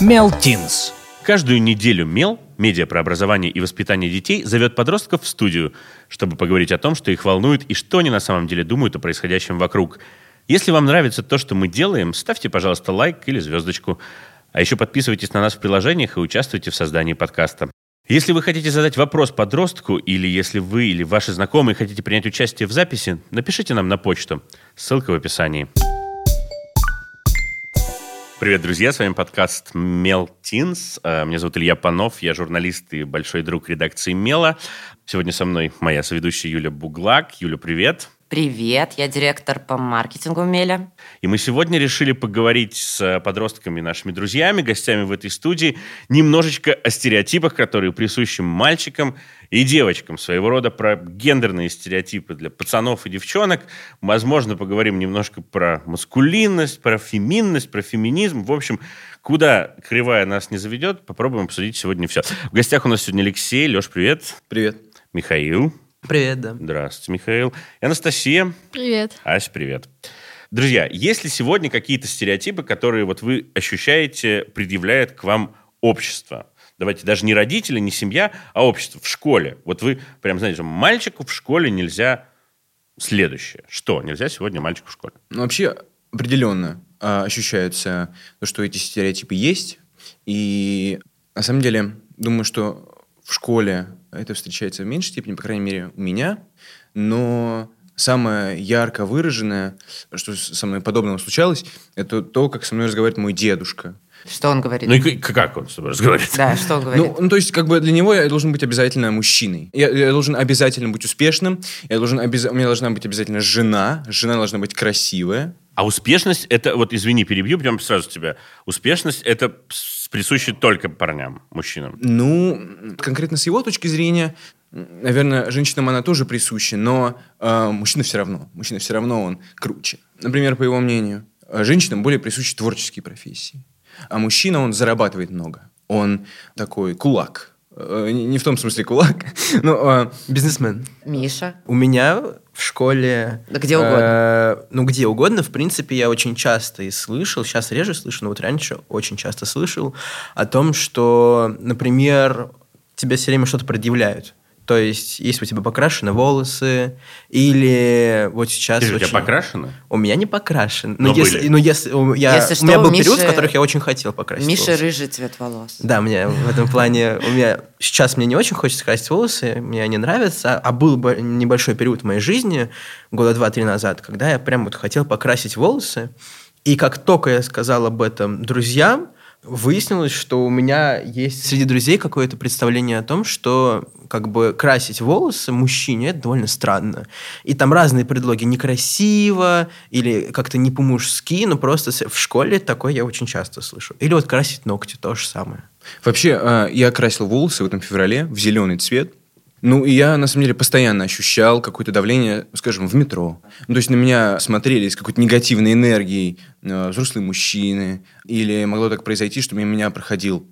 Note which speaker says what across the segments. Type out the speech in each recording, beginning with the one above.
Speaker 1: Мелтинс.
Speaker 2: Каждую неделю МЕЛ, медиа про образование и воспитание детей, зовет подростков в студию, чтобы поговорить о том, что их волнует и что они на самом деле думают о происходящем вокруг. Если вам нравится то, что мы делаем, ставьте, пожалуйста, лайк или звездочку. А еще подписывайтесь на нас в приложениях и участвуйте в создании подкаста. Если вы хотите задать вопрос подростку, или если вы или ваши знакомые хотите принять участие в записи, напишите нам на почту. Ссылка в описании. Привет, друзья, с вами подкаст «Мел Тинс». Э, Меня зовут Илья Панов, я журналист и большой друг редакции «Мела». Сегодня со мной моя соведущая Юля Буглак. Юля, привет.
Speaker 3: Привет, я директор по маркетингу Меля.
Speaker 2: И мы сегодня решили поговорить с э, подростками, нашими друзьями, гостями в этой студии, немножечко о стереотипах, которые присущи мальчикам и девочкам. Своего рода про гендерные стереотипы для пацанов и девчонок. Возможно, поговорим немножко про маскулинность, про феминность, про феминизм. В общем, куда кривая нас не заведет, попробуем обсудить сегодня все. В гостях у нас сегодня Алексей. Леш, привет.
Speaker 4: Привет.
Speaker 2: Михаил.
Speaker 4: Привет, да.
Speaker 2: Здравствуйте, Михаил. И Анастасия.
Speaker 5: Привет.
Speaker 2: Ась, привет. Друзья, есть ли сегодня какие-то стереотипы, которые вот вы ощущаете, предъявляет к вам общество? Давайте даже не родители, не семья, а общество в школе. Вот вы прям знаете, мальчику в школе нельзя следующее. Что нельзя сегодня мальчику в школе?
Speaker 4: Ну, вообще, определенно а, ощущается, то, что эти стереотипы есть. И на самом деле, думаю, что в школе это встречается в меньшей степени, по крайней мере, у меня. Но самое ярко выраженное, что с- со мной подобного случалось, это то, как со мной разговаривает мой дедушка.
Speaker 3: Что он говорит?
Speaker 2: Ну и к- как он с тобой разговаривает?
Speaker 3: Да, что он говорит?
Speaker 4: Ну, ну, то есть, как бы для него я должен быть обязательно мужчиной. Я, я должен обязательно быть успешным. Я должен обяза- у меня должна быть обязательно жена. Жена должна быть красивая.
Speaker 2: А успешность это, вот извини, перебью, прям сразу тебя. Успешность это с- присуще только парням, мужчинам.
Speaker 4: Ну, конкретно с его точки зрения, м, наверное, женщинам она тоже присуща, но э, мужчина все равно. Мужчина все равно он круче. Например, по его мнению, э, женщинам более присущи творческие профессии. А мужчина, он зарабатывает много. Он такой кулак. Э, не не в том смысле кулак, но э,
Speaker 6: Бизнесмен.
Speaker 3: Миша.
Speaker 6: У меня в школе...
Speaker 3: Да где
Speaker 6: э,
Speaker 3: угодно.
Speaker 6: ну, где угодно. В принципе, я очень часто и слышал, сейчас реже слышу, но вот раньше очень часто слышал о том, что, например, тебе все время что-то предъявляют. То есть, если у тебя покрашены волосы, или вот сейчас...
Speaker 2: Ты же у тебя
Speaker 6: очень-
Speaker 2: покрашены?
Speaker 6: У меня не покрашен.
Speaker 2: Но
Speaker 6: Но, если,
Speaker 2: были.
Speaker 6: но если, у, я,
Speaker 3: Если
Speaker 6: у меня
Speaker 3: что,
Speaker 6: был
Speaker 3: Миша-
Speaker 6: период, в которых я очень хотел покрасить
Speaker 3: Миша
Speaker 6: волосы.
Speaker 3: рыжий цвет волос.
Speaker 6: Да, мне в этом плане... У меня сейчас мне не очень хочется красить волосы, мне они нравятся, а был бы небольшой период в моей жизни, года два-три назад, когда я прям вот хотел покрасить волосы, и как только я сказал об этом друзьям, выяснилось, что у меня есть среди друзей какое-то представление о том, что как бы красить волосы мужчине это довольно странно. И там разные предлоги некрасиво или как-то не по-мужски, но просто с- в школе такое я очень часто слышу. Или вот красить ногти то же самое.
Speaker 4: Вообще, э, я красил волосы в этом феврале в зеленый цвет. Ну, и я, на самом деле, постоянно ощущал какое-то давление, скажем, в метро. Ну, то есть на меня смотрели с какой-то негативной энергией э, взрослые мужчины. Или могло так произойти, что мимо меня проходил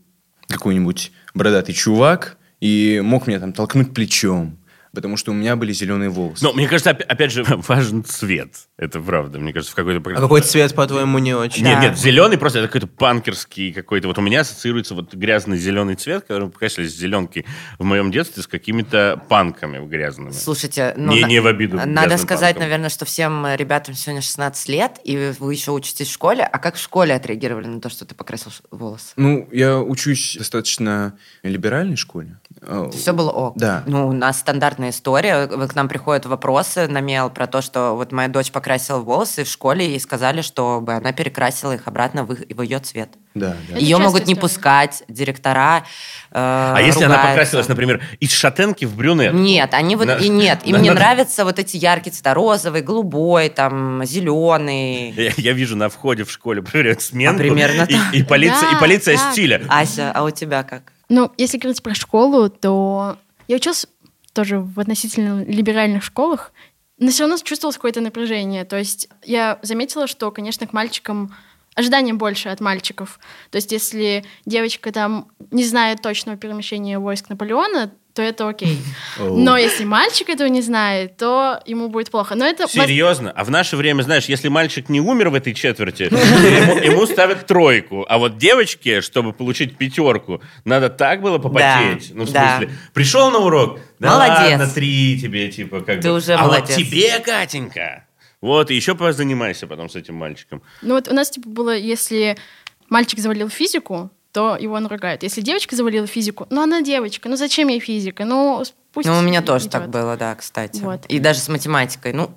Speaker 4: какой-нибудь бородатый чувак и мог меня там толкнуть плечом, потому что у меня были зеленые волосы.
Speaker 2: Но Ну, мне кажется, опя- опять же, важен цвет. Это правда. Мне кажется, в какой-то...
Speaker 6: А какой цвет, по-твоему, не очень?
Speaker 2: Нет,
Speaker 3: Да.
Speaker 2: нет, зеленый просто это какой-то панкерский какой-то. Вот у меня ассоциируется вот грязный зеленый цвет, который покрасили с зеленки в моем детстве с какими-то панками грязными.
Speaker 3: Слушайте, ну,
Speaker 2: Не-
Speaker 3: на-
Speaker 2: не в обиду
Speaker 3: Надо
Speaker 2: грязным
Speaker 3: сказать,
Speaker 2: панкам.
Speaker 3: наверное, что всем ребятам сегодня 16 лет, и вы еще учитесь в школе. А как в школе отреагировали на то, что ты покрасил ш- волосы?
Speaker 4: Ну, я учусь в достаточно либеральной школе. Э,
Speaker 3: Все было ок.
Speaker 4: Да.
Speaker 3: Ну, у нас стандартная история. К нам приходят вопросы на мел про то, что вот моя дочь покрасила волосы в школе, и сказали, чтобы она перекрасила их обратно в, их- в ее цвет.
Speaker 4: Да, да.
Speaker 5: Это
Speaker 3: ее
Speaker 5: частая
Speaker 3: могут не
Speaker 5: история.
Speaker 3: пускать, директора э,
Speaker 2: А если она покрасилась, например, из шатенки в брюнет?
Speaker 3: Нет, они вот
Speaker 2: На-
Speaker 3: и нет. Им
Speaker 2: на-
Speaker 3: не
Speaker 2: на-
Speaker 3: нравятся вот эти яркие цвета. Розовый, голубой, там, зеленый.
Speaker 2: Я, я вижу на входе в школе проверяют сменку.
Speaker 3: А примерно так.
Speaker 2: и, и полиция, и
Speaker 5: Да,
Speaker 2: полиция
Speaker 5: да.
Speaker 2: стиля.
Speaker 3: Ася, а у тебя как?
Speaker 5: Ну, если говорить про школу, то я училась тоже в относительно либеральных школах, но все равно чувствовалось какое-то напряжение. То есть я заметила, что, конечно, к мальчикам ожидания больше от мальчиков. То есть если девочка там не знает точного перемещения войск Наполеона, то это окей. Но если мальчик этого не знает, то ему будет плохо. Но это... воз-
Speaker 2: Серьезно? А в наше время, знаешь, если мальчик не умер в этой четверти, ему, ему ставят тройку. А вот девочке, чтобы получить пятерку, надо так было попотеть.
Speaker 3: Да,
Speaker 2: ну, в
Speaker 3: да.
Speaker 2: смысле, пришел на урок, да
Speaker 3: Молодец.
Speaker 2: ладно, три тебе, типа, как
Speaker 3: Ты
Speaker 2: бы.
Speaker 3: уже
Speaker 2: а
Speaker 3: молодец.
Speaker 2: вот тебе, Катенька, вот, и еще позанимайся потом с этим мальчиком.
Speaker 5: Ну вот у нас типа было, если мальчик завалил физику, то его наругают. Если девочка завалила физику, ну она девочка, ну зачем ей физика? Ну с- пусть...
Speaker 3: Ну, у меня тоже
Speaker 5: идет.
Speaker 3: так было, да, кстати.
Speaker 5: Вот.
Speaker 3: И даже с математикой. Ну,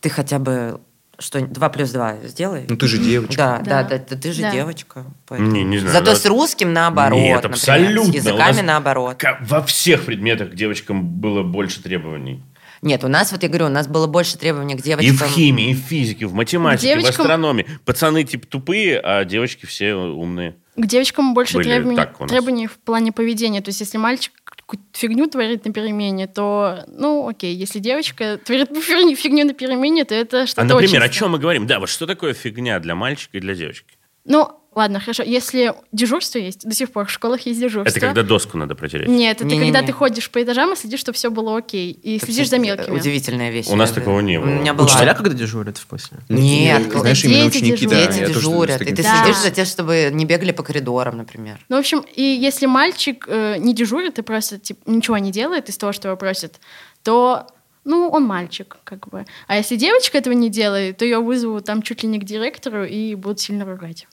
Speaker 3: ты хотя бы что 2 плюс 2 сделай.
Speaker 4: Ну ты же девочка.
Speaker 3: да, да,
Speaker 5: Да.
Speaker 3: да, да, ты же
Speaker 5: Да.
Speaker 3: девочка.
Speaker 2: Не, не знаю,
Speaker 3: Зато
Speaker 2: да.
Speaker 3: с русским наоборот,
Speaker 2: Нет,
Speaker 3: например,
Speaker 2: абсолютно.
Speaker 3: С языками
Speaker 2: У нас-
Speaker 3: наоборот.
Speaker 2: Ка- Во всех предметах к девочкам было больше требований.
Speaker 3: Нет, у нас, вот я говорю, у нас было больше требований к девочкам.
Speaker 2: И в химии, и в физике, в математике, в
Speaker 5: Девочкам-
Speaker 2: астрономии. Пацаны типа тупые, а девочки все умные.
Speaker 5: К девочкам больше
Speaker 2: Были
Speaker 5: требований,
Speaker 2: так у нас.
Speaker 5: требований в плане поведения. То есть, если мальчик какую-то фигню творит на перемене, то, ну, окей. Если девочка творит фигню, фигню на перемене, то это что-то
Speaker 2: А, например,
Speaker 5: очень
Speaker 2: о чем мы говорим? Да, вот что такое фигня для мальчика и для девочки?
Speaker 5: Ну, ладно, хорошо. Если дежурство есть, до сих пор в школах есть дежурство.
Speaker 2: Это когда доску надо протереть.
Speaker 5: Нет, это
Speaker 3: Не-не-не.
Speaker 5: когда ты ходишь по этажам и следишь, чтобы все было окей. И
Speaker 3: Это
Speaker 5: следишь
Speaker 3: всё-
Speaker 5: за мелкими.
Speaker 3: Удивительная вещь.
Speaker 2: У нас
Speaker 3: Это-
Speaker 2: такого не было.
Speaker 3: У меня была.
Speaker 6: Учителя когда дежурят в после?
Speaker 3: Нет,
Speaker 4: Я- знаешь,
Speaker 5: дети
Speaker 4: именно ученики, да.
Speaker 5: дежурят.
Speaker 3: Дети
Speaker 4: я тоже с
Speaker 3: дежурят, и
Speaker 4: таким
Speaker 3: ты
Speaker 5: Да.
Speaker 3: следишь
Speaker 5: встречаюсь.
Speaker 3: за тем, чтобы не бегали по коридорам, например.
Speaker 5: Ну, в общем, и если мальчик э, не дежурит и просто типа, ничего не делает из того, что его просят, то, ну, он мальчик, как бы. А если девочка этого не делает, то ее вызовут там чуть ли не к директору и будут сильно ругать.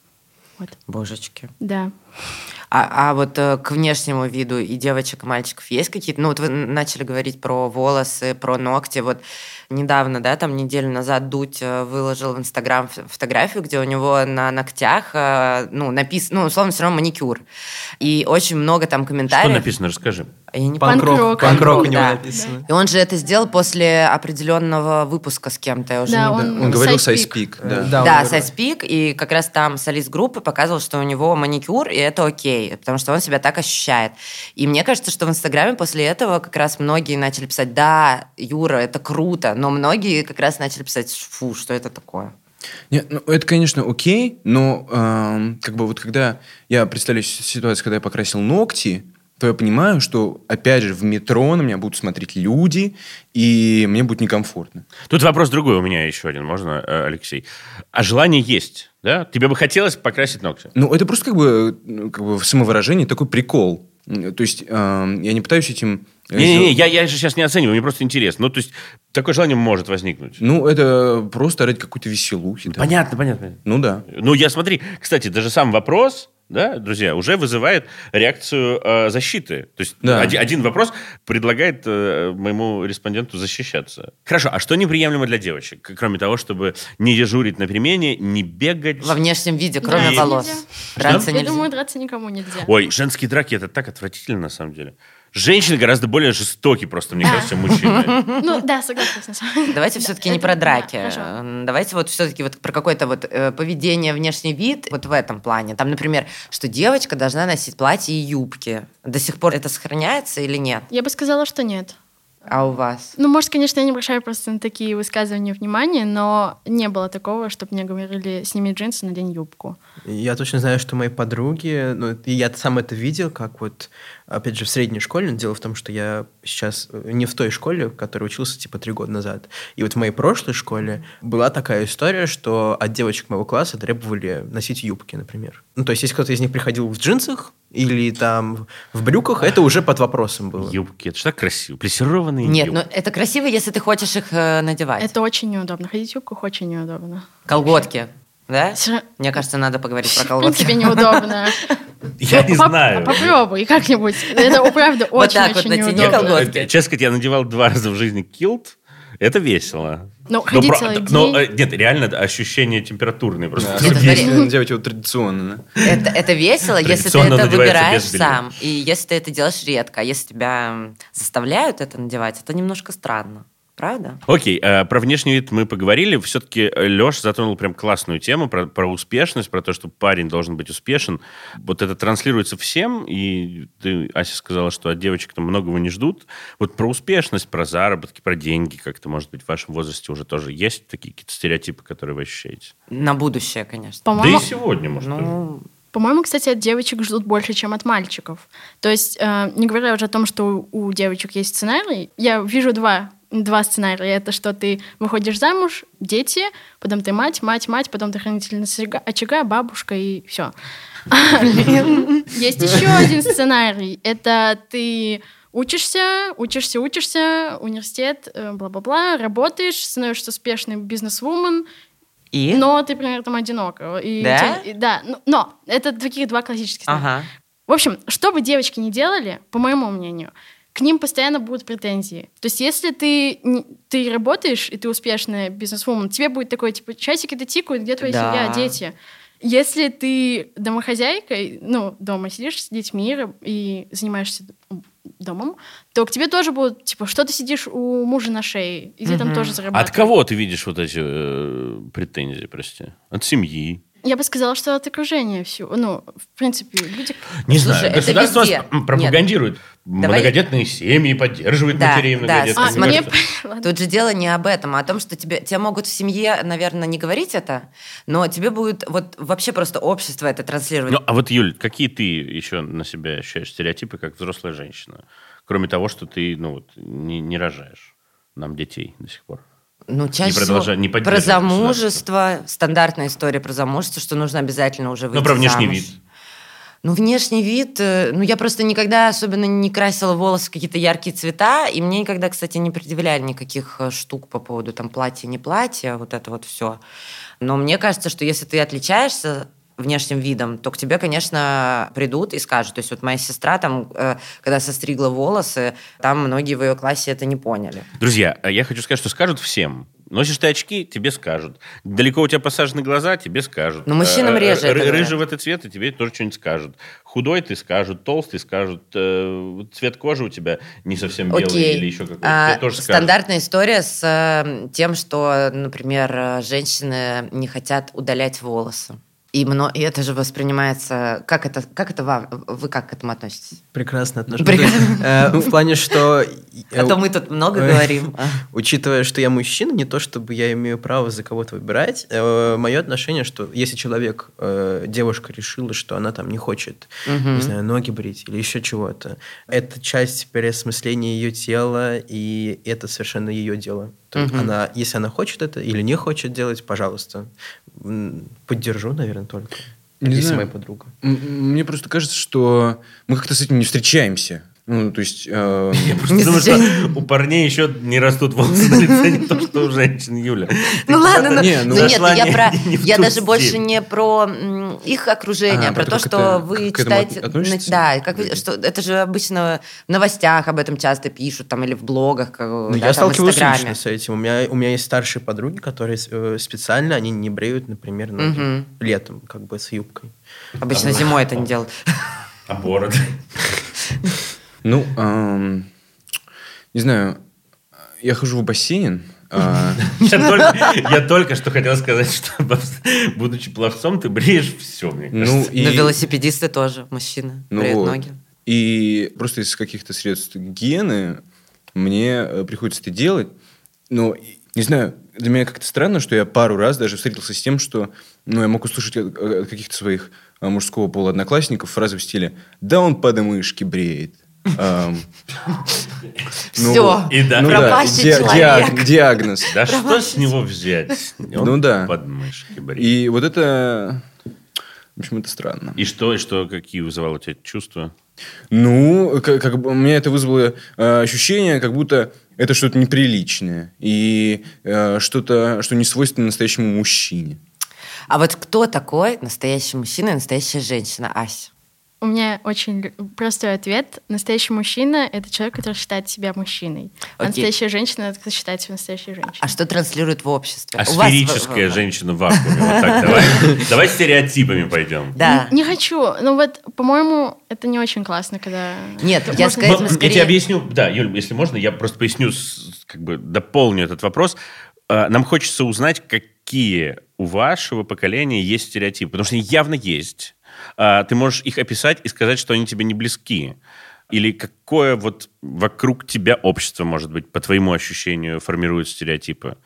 Speaker 3: Божечки.
Speaker 5: Да.
Speaker 3: А, а вот э, к внешнему виду и девочек, и мальчиков есть какие-то? Ну, вот вы начали говорить про волосы, про ногти. Вот недавно, да, там неделю назад Дудь э, выложил в Инстаграм ф- фотографию, где у него на ногтях, э, ну, написано, ну, условно, все равно маникюр. И очень много там
Speaker 2: Что
Speaker 3: комментариев. А
Speaker 2: написано, расскажи.
Speaker 3: Я не помню.
Speaker 5: Панк-рок.
Speaker 6: Панкрок. Панкрок у него
Speaker 3: Да.
Speaker 6: написано.
Speaker 3: И он же это сделал после определенного выпуска с кем-то. Я уже
Speaker 5: Да,
Speaker 3: не
Speaker 5: он-
Speaker 4: Он говорил
Speaker 5: Size
Speaker 4: сайспик,
Speaker 6: Э,
Speaker 4: да.
Speaker 6: он
Speaker 3: Да,
Speaker 6: говорил.
Speaker 3: Сайспик, и как раз там солист группы показывал, что у него маникюр, и это окей, потому что он себя так ощущает. И мне кажется, что в Инстаграме после этого как раз многие начали писать, да, Юра, это круто, но многие как раз начали писать, фу, что это такое?
Speaker 4: Нет, ну, это, конечно, окей, но эм, как бы вот когда я представляю си- ситуацию, когда я покрасил ногти, то я понимаю, что, опять же, в метро на меня будут смотреть люди, и мне будет некомфортно.
Speaker 2: Тут вопрос другой у меня еще один, можно, э, Алексей? А желание есть, да? Тебе бы хотелось покрасить ногти?
Speaker 4: Ну, это просто как бы, ну, как бы в самовыражении такой прикол. М, То есть эм, я не пытаюсь этим... э,
Speaker 2: Не-не-не, я, я же сейчас не оцениваю, мне просто интересно. Ну, то есть, такое желание может возникнуть.
Speaker 4: Ну, это просто ради какой-то веселухи. да.
Speaker 2: Понятно, понятно, понятно.
Speaker 4: Ну да.
Speaker 2: Ну, я смотри, кстати, даже сам вопрос, да, друзья, уже вызывает реакцию э, защиты. То есть
Speaker 4: Да.
Speaker 2: оди- один, вопрос предлагает э, моему респонденту защищаться. Хорошо, а что неприемлемо для девочек, к- кроме того, чтобы не дежурить на перемене, не бегать?
Speaker 3: Во внешнем виде, кроме
Speaker 2: Драться
Speaker 3: волос.
Speaker 5: нельзя.
Speaker 3: Драться
Speaker 5: Я
Speaker 3: нельзя.
Speaker 5: думаю, драться никому нельзя.
Speaker 2: Ой, женские драки это так отвратительно на самом деле. Женщины гораздо более жестоки просто, мне
Speaker 5: Да.
Speaker 2: кажется, чем мужчины.
Speaker 5: Ну, да, согласна с вами.
Speaker 3: Давайте
Speaker 5: Да,
Speaker 3: все-таки не
Speaker 5: это-
Speaker 3: про
Speaker 5: да,
Speaker 3: драки.
Speaker 5: хорошо.
Speaker 3: М, Давайте вот все-таки вот про какое-то вот э, поведение, внешний вид вот в этом плане. Там, например, что девочка должна носить платье и юбки. До сих пор это сохраняется или нет?
Speaker 5: Я бы сказала, что нет.
Speaker 3: А у вас?
Speaker 5: Ну, может, конечно, я не обращаю просто на такие высказывания внимания, но не было такого, чтобы мне говорили, сними джинсы, надень юбку.
Speaker 6: Я точно знаю, что мои подруги, ну, и я сам это видел, как вот, опять же, в средней школе, но дело в том, что я сейчас э, не в той школе, в которой учился, типа, три года назад. И вот в моей прошлой школе была такая история, что от девочек моего класса требовали носить юбки, например. Ну, то есть, если кто-то из них приходил в джинсах или там в брюках, это уже под вопросом было.
Speaker 2: Юбки, это же так красиво. Плессированные
Speaker 3: Нет,
Speaker 2: юбки.
Speaker 3: ну это красиво, если ты хочешь их э, надевать.
Speaker 5: Это очень неудобно. Ходить в юбках очень неудобно.
Speaker 3: Колготки, да?
Speaker 5: Всё ра-
Speaker 3: Мне кажется, надо поговорить про
Speaker 5: В принципе,
Speaker 3: колготки.
Speaker 5: неудобно.
Speaker 3: ну,
Speaker 2: Я не
Speaker 5: Поп-
Speaker 2: знаю.
Speaker 5: Попробуй как-нибудь. Это, правда,
Speaker 3: Вот так вот
Speaker 5: очень-очень
Speaker 3: натяни
Speaker 5: неудобно.
Speaker 3: колготки.
Speaker 2: Э, Честно сказать, я надевал два раза в жизни килт. Это весело.
Speaker 5: Ну,
Speaker 2: Но
Speaker 5: ходить
Speaker 2: про-
Speaker 5: целый
Speaker 2: но,
Speaker 5: день.
Speaker 2: э, нет, реально ощущение температурное просто.
Speaker 3: Да.
Speaker 4: Если
Speaker 3: смотри.
Speaker 4: надевать его традиционно. да.
Speaker 3: Это, это весело, если ты
Speaker 2: Традиционно
Speaker 3: это
Speaker 2: надевается
Speaker 3: выбираешь
Speaker 2: без белья.
Speaker 3: сам. И если ты это делаешь редко. А если тебя м, заставляют это надевать, это немножко странно. Правда?
Speaker 2: Окей, э, про внешний вид мы поговорили. Все-таки Леш затронул прям классную тему про, про успешность, про то, что парень должен быть успешен. Вот это транслируется всем, и ты, Ася, сказала, что от девочек там многого не ждут. Вот про успешность, про заработки, про деньги как-то, может быть, в вашем возрасте уже тоже есть такие какие-то стереотипы, которые вы ощущаете?
Speaker 3: На будущее, конечно.
Speaker 5: По-моему,
Speaker 2: Да и сегодня, может, тоже.
Speaker 3: Ну,
Speaker 5: По-моему, кстати, от девочек ждут больше, чем от мальчиков. То есть, э, не говоря уже о том, что у девочек есть сценарий, я вижу два, два сценария. Это что ты выходишь замуж, дети, потом ты мать, мать, мать, потом ты хранительница очага- очага, бабушка и все. Есть еще один сценарий. Это ты учишься, учишься, учишься, университет, э, бла-бла-бла, работаешь, становишься успешным бизнес-вумен,
Speaker 3: И?
Speaker 5: но ты, например, там одиноко. И
Speaker 3: Да?
Speaker 5: те- и- да. ну, Но это таких два классических сценария.
Speaker 3: Ага.
Speaker 5: В общем, что бы девочки ни делали, по моему мнению, к ним постоянно будут претензии. То есть, если ты, не- ты работаешь, и ты успешная бизнесвумен, тебе будет такое, типа, часики-то тикают, где твоя
Speaker 3: Да.
Speaker 5: семья, дети? Если ты домохозяйка, и, ну, дома сидишь с детьми раб- и занимаешься д- домом, то к тебе тоже будут, типа, что ты сидишь у мужа на шее, и ты там
Speaker 3: Мгм.
Speaker 5: тоже
Speaker 2: От
Speaker 5: зарабатываешь.
Speaker 2: кого ты видишь вот эти э, претензии, прости? От семьи?
Speaker 5: Я бы сказала, что от окружения всю. Ну, в принципе, люди...
Speaker 2: Не
Speaker 3: Слушай,
Speaker 2: знаю,
Speaker 3: это
Speaker 2: государство
Speaker 3: везде.
Speaker 2: нас м, пропагандирует
Speaker 3: Давай-
Speaker 2: многодетные семьи, поддерживает
Speaker 3: Да,
Speaker 2: матерей
Speaker 3: да,
Speaker 2: многодетных.
Speaker 5: А,
Speaker 2: Мне
Speaker 3: смотри,
Speaker 5: мне-
Speaker 2: кажется,
Speaker 5: Ладно.
Speaker 3: Тут же дело не об этом, а о том, что тебе, тебе могут в семье, наверное, не говорить это, но тебе будет вот вообще просто общество это транслировать.
Speaker 2: Ну, а вот, Юль, какие ты еще на себя ощущаешь стереотипы, как взрослая женщина? Кроме того, что ты, ну, вот, не, не рожаешь нам детей до сих пор.
Speaker 3: Ну, чаще всего
Speaker 2: продолжай- не
Speaker 3: про
Speaker 2: поддерживай
Speaker 3: замужество, стандартная история про замужество, что нужно обязательно уже выйти
Speaker 2: Ну, про внешний
Speaker 3: замуж.
Speaker 2: вид.
Speaker 3: Ну, внешний вид, э, ну, я просто никогда особенно не красила волосы в какие-то яркие цвета, и мне никогда, кстати, не предъявляли никаких э, штук по поводу там платья, не платья, вот это вот все. Но мне кажется, что если ты отличаешься внешним видом, то к тебе, конечно, придут и скажут. То есть вот моя сестра там, э, когда состригла волосы, там многие в ее классе это не поняли.
Speaker 2: Друзья, а я хочу сказать, что скажут всем. Носишь ты очки, тебе скажут. Далеко у тебя посажены глаза, тебе скажут.
Speaker 3: Но мужчинам
Speaker 2: Э, э,
Speaker 3: реже
Speaker 2: ры-
Speaker 3: это говорят.
Speaker 2: Рыжего ты цвета, тебе тоже что-нибудь скажут. Худой ты скажут, толстый скажут. э, вот Цвет кожи у тебя не совсем белый
Speaker 3: Окей.
Speaker 2: или еще какой-то.
Speaker 3: А,
Speaker 2: тебе тоже скажут.
Speaker 3: стандартная история с э, тем, что, например, э, женщины не хотят удалять волосы. И, мно- и это же воспринимается... Как это, как это вам? Вы как к этому относитесь?
Speaker 6: Прекрасно отношусь.
Speaker 3: Прекрасно.
Speaker 6: Э, В плане, что... э,
Speaker 3: А то мы тут много
Speaker 6: э,
Speaker 3: говорим. А.
Speaker 6: Учитывая, что я мужчина, не то чтобы я имею право за кого-то выбирать, мое отношение, что если человек, э, девушка решила, что она там не хочет,
Speaker 3: Мгм.
Speaker 6: не знаю, ноги брить или еще чего-то, это часть переосмысления ее тела, и это совершенно ее дело. То есть
Speaker 3: Мгм.
Speaker 6: она, если она хочет это или не хочет делать, пожалуйста, М, поддержу, наверное, только.
Speaker 4: Не
Speaker 6: если
Speaker 4: знаю.
Speaker 6: моя подруга.
Speaker 4: М- м- Мне просто кажется, что мы как-то с этим не встречаемся. Ну, то есть... э,
Speaker 3: Не
Speaker 2: Потому что
Speaker 3: знаю.
Speaker 2: у парней еще не растут волосы на лице, не то, что у женщин, Юля.
Speaker 3: Ну ладно, ну,
Speaker 4: Не,
Speaker 3: ну
Speaker 4: ну,
Speaker 3: нет,
Speaker 2: зашла
Speaker 3: я
Speaker 2: не-
Speaker 3: про,
Speaker 2: не в
Speaker 3: я
Speaker 2: ту
Speaker 3: даже больше
Speaker 2: степь.
Speaker 3: не про м, их окружение,
Speaker 4: А,
Speaker 3: а про
Speaker 4: про
Speaker 3: то,
Speaker 4: то, как
Speaker 3: что
Speaker 4: это-
Speaker 3: вы
Speaker 4: как к этому от-
Speaker 3: читаете,
Speaker 4: относитесь?
Speaker 3: да, и как вы-
Speaker 4: Люди.
Speaker 3: что это же обычно в новостях об этом часто пишут, там или в блогах, как,
Speaker 6: Ну,
Speaker 3: да,
Speaker 6: я
Speaker 3: там, в
Speaker 6: сталкиваюсь лично
Speaker 3: Инстаграме.
Speaker 6: с этим. У меня, у меня есть старшие подруги, которые э, специально, они не бреют, например, ноги.
Speaker 3: Мгм.
Speaker 6: летом, как бы с юбкой.
Speaker 3: Обычно зимой это не делают.
Speaker 2: А бороды?
Speaker 4: Ну, эм, не знаю, я хожу в бассейн. а,
Speaker 2: Я только, я только что хотел сказать, что будучи пловцом, ты бреешь все, мне кажется.
Speaker 4: Ну,
Speaker 3: Но
Speaker 4: и...
Speaker 3: велосипедисты тоже, мужчины,
Speaker 4: ну
Speaker 3: бреют
Speaker 4: вот.
Speaker 3: ноги.
Speaker 4: И просто из каких-то средств гигиены мне э, приходится это делать. Но, и- не знаю, для меня как-то странно, что я пару раз даже встретился с тем, что ну, я мог услышать от от каких-то своих э, мужского пола одноклассников фразы в стиле «Да он подмышки бреет». Эм, ну
Speaker 3: Всё,
Speaker 4: вот.
Speaker 2: И да.
Speaker 4: Ну да,
Speaker 3: пропащий
Speaker 4: ди-
Speaker 3: человек.
Speaker 4: диаг- Диагноз.
Speaker 2: Да что с него взять? Он
Speaker 4: Ну да.
Speaker 2: Подмышки бреет.
Speaker 4: И вот это... В общем, это странно.
Speaker 2: И что, и что, какие вызывало у тебя чувства?
Speaker 4: Ну, как, как бы у меня это вызвало э, ощущение, как будто это что-то неприличное. И э, что-то, что не свойственно настоящему мужчине.
Speaker 3: А вот кто такой настоящий мужчина и настоящая женщина, Ася?
Speaker 5: У меня очень лю- простой ответ. Настоящий мужчина — это человек, который считает себя мужчиной. А
Speaker 3: Окей.
Speaker 5: настоящая женщина — это кто считает себя настоящей женщиной.
Speaker 3: А что транслирует в обществе?
Speaker 2: А
Speaker 3: У вас в-
Speaker 2: сферическая
Speaker 3: в-
Speaker 2: женщина в вакууме. Вот так, давай. Давай стереотипами пойдем.
Speaker 3: Да.
Speaker 5: Не хочу. Ну вот, по-моему, это не очень классно, когда...
Speaker 3: Нет,
Speaker 5: Это
Speaker 3: я
Speaker 5: можно-
Speaker 3: сказать-
Speaker 2: Ну,
Speaker 3: скорее-
Speaker 2: Я тебе объясню, да, Юль, если можно, я просто поясню, с- как бы дополню этот вопрос. Э, Нам хочется узнать, какие у вашего поколения есть стереотипы, потому что они явно есть. А, Ты можешь их описать и сказать, что они тебе не близки. Или какое вот вокруг тебя общество, может быть, по твоему ощущению, формирует стереотипы?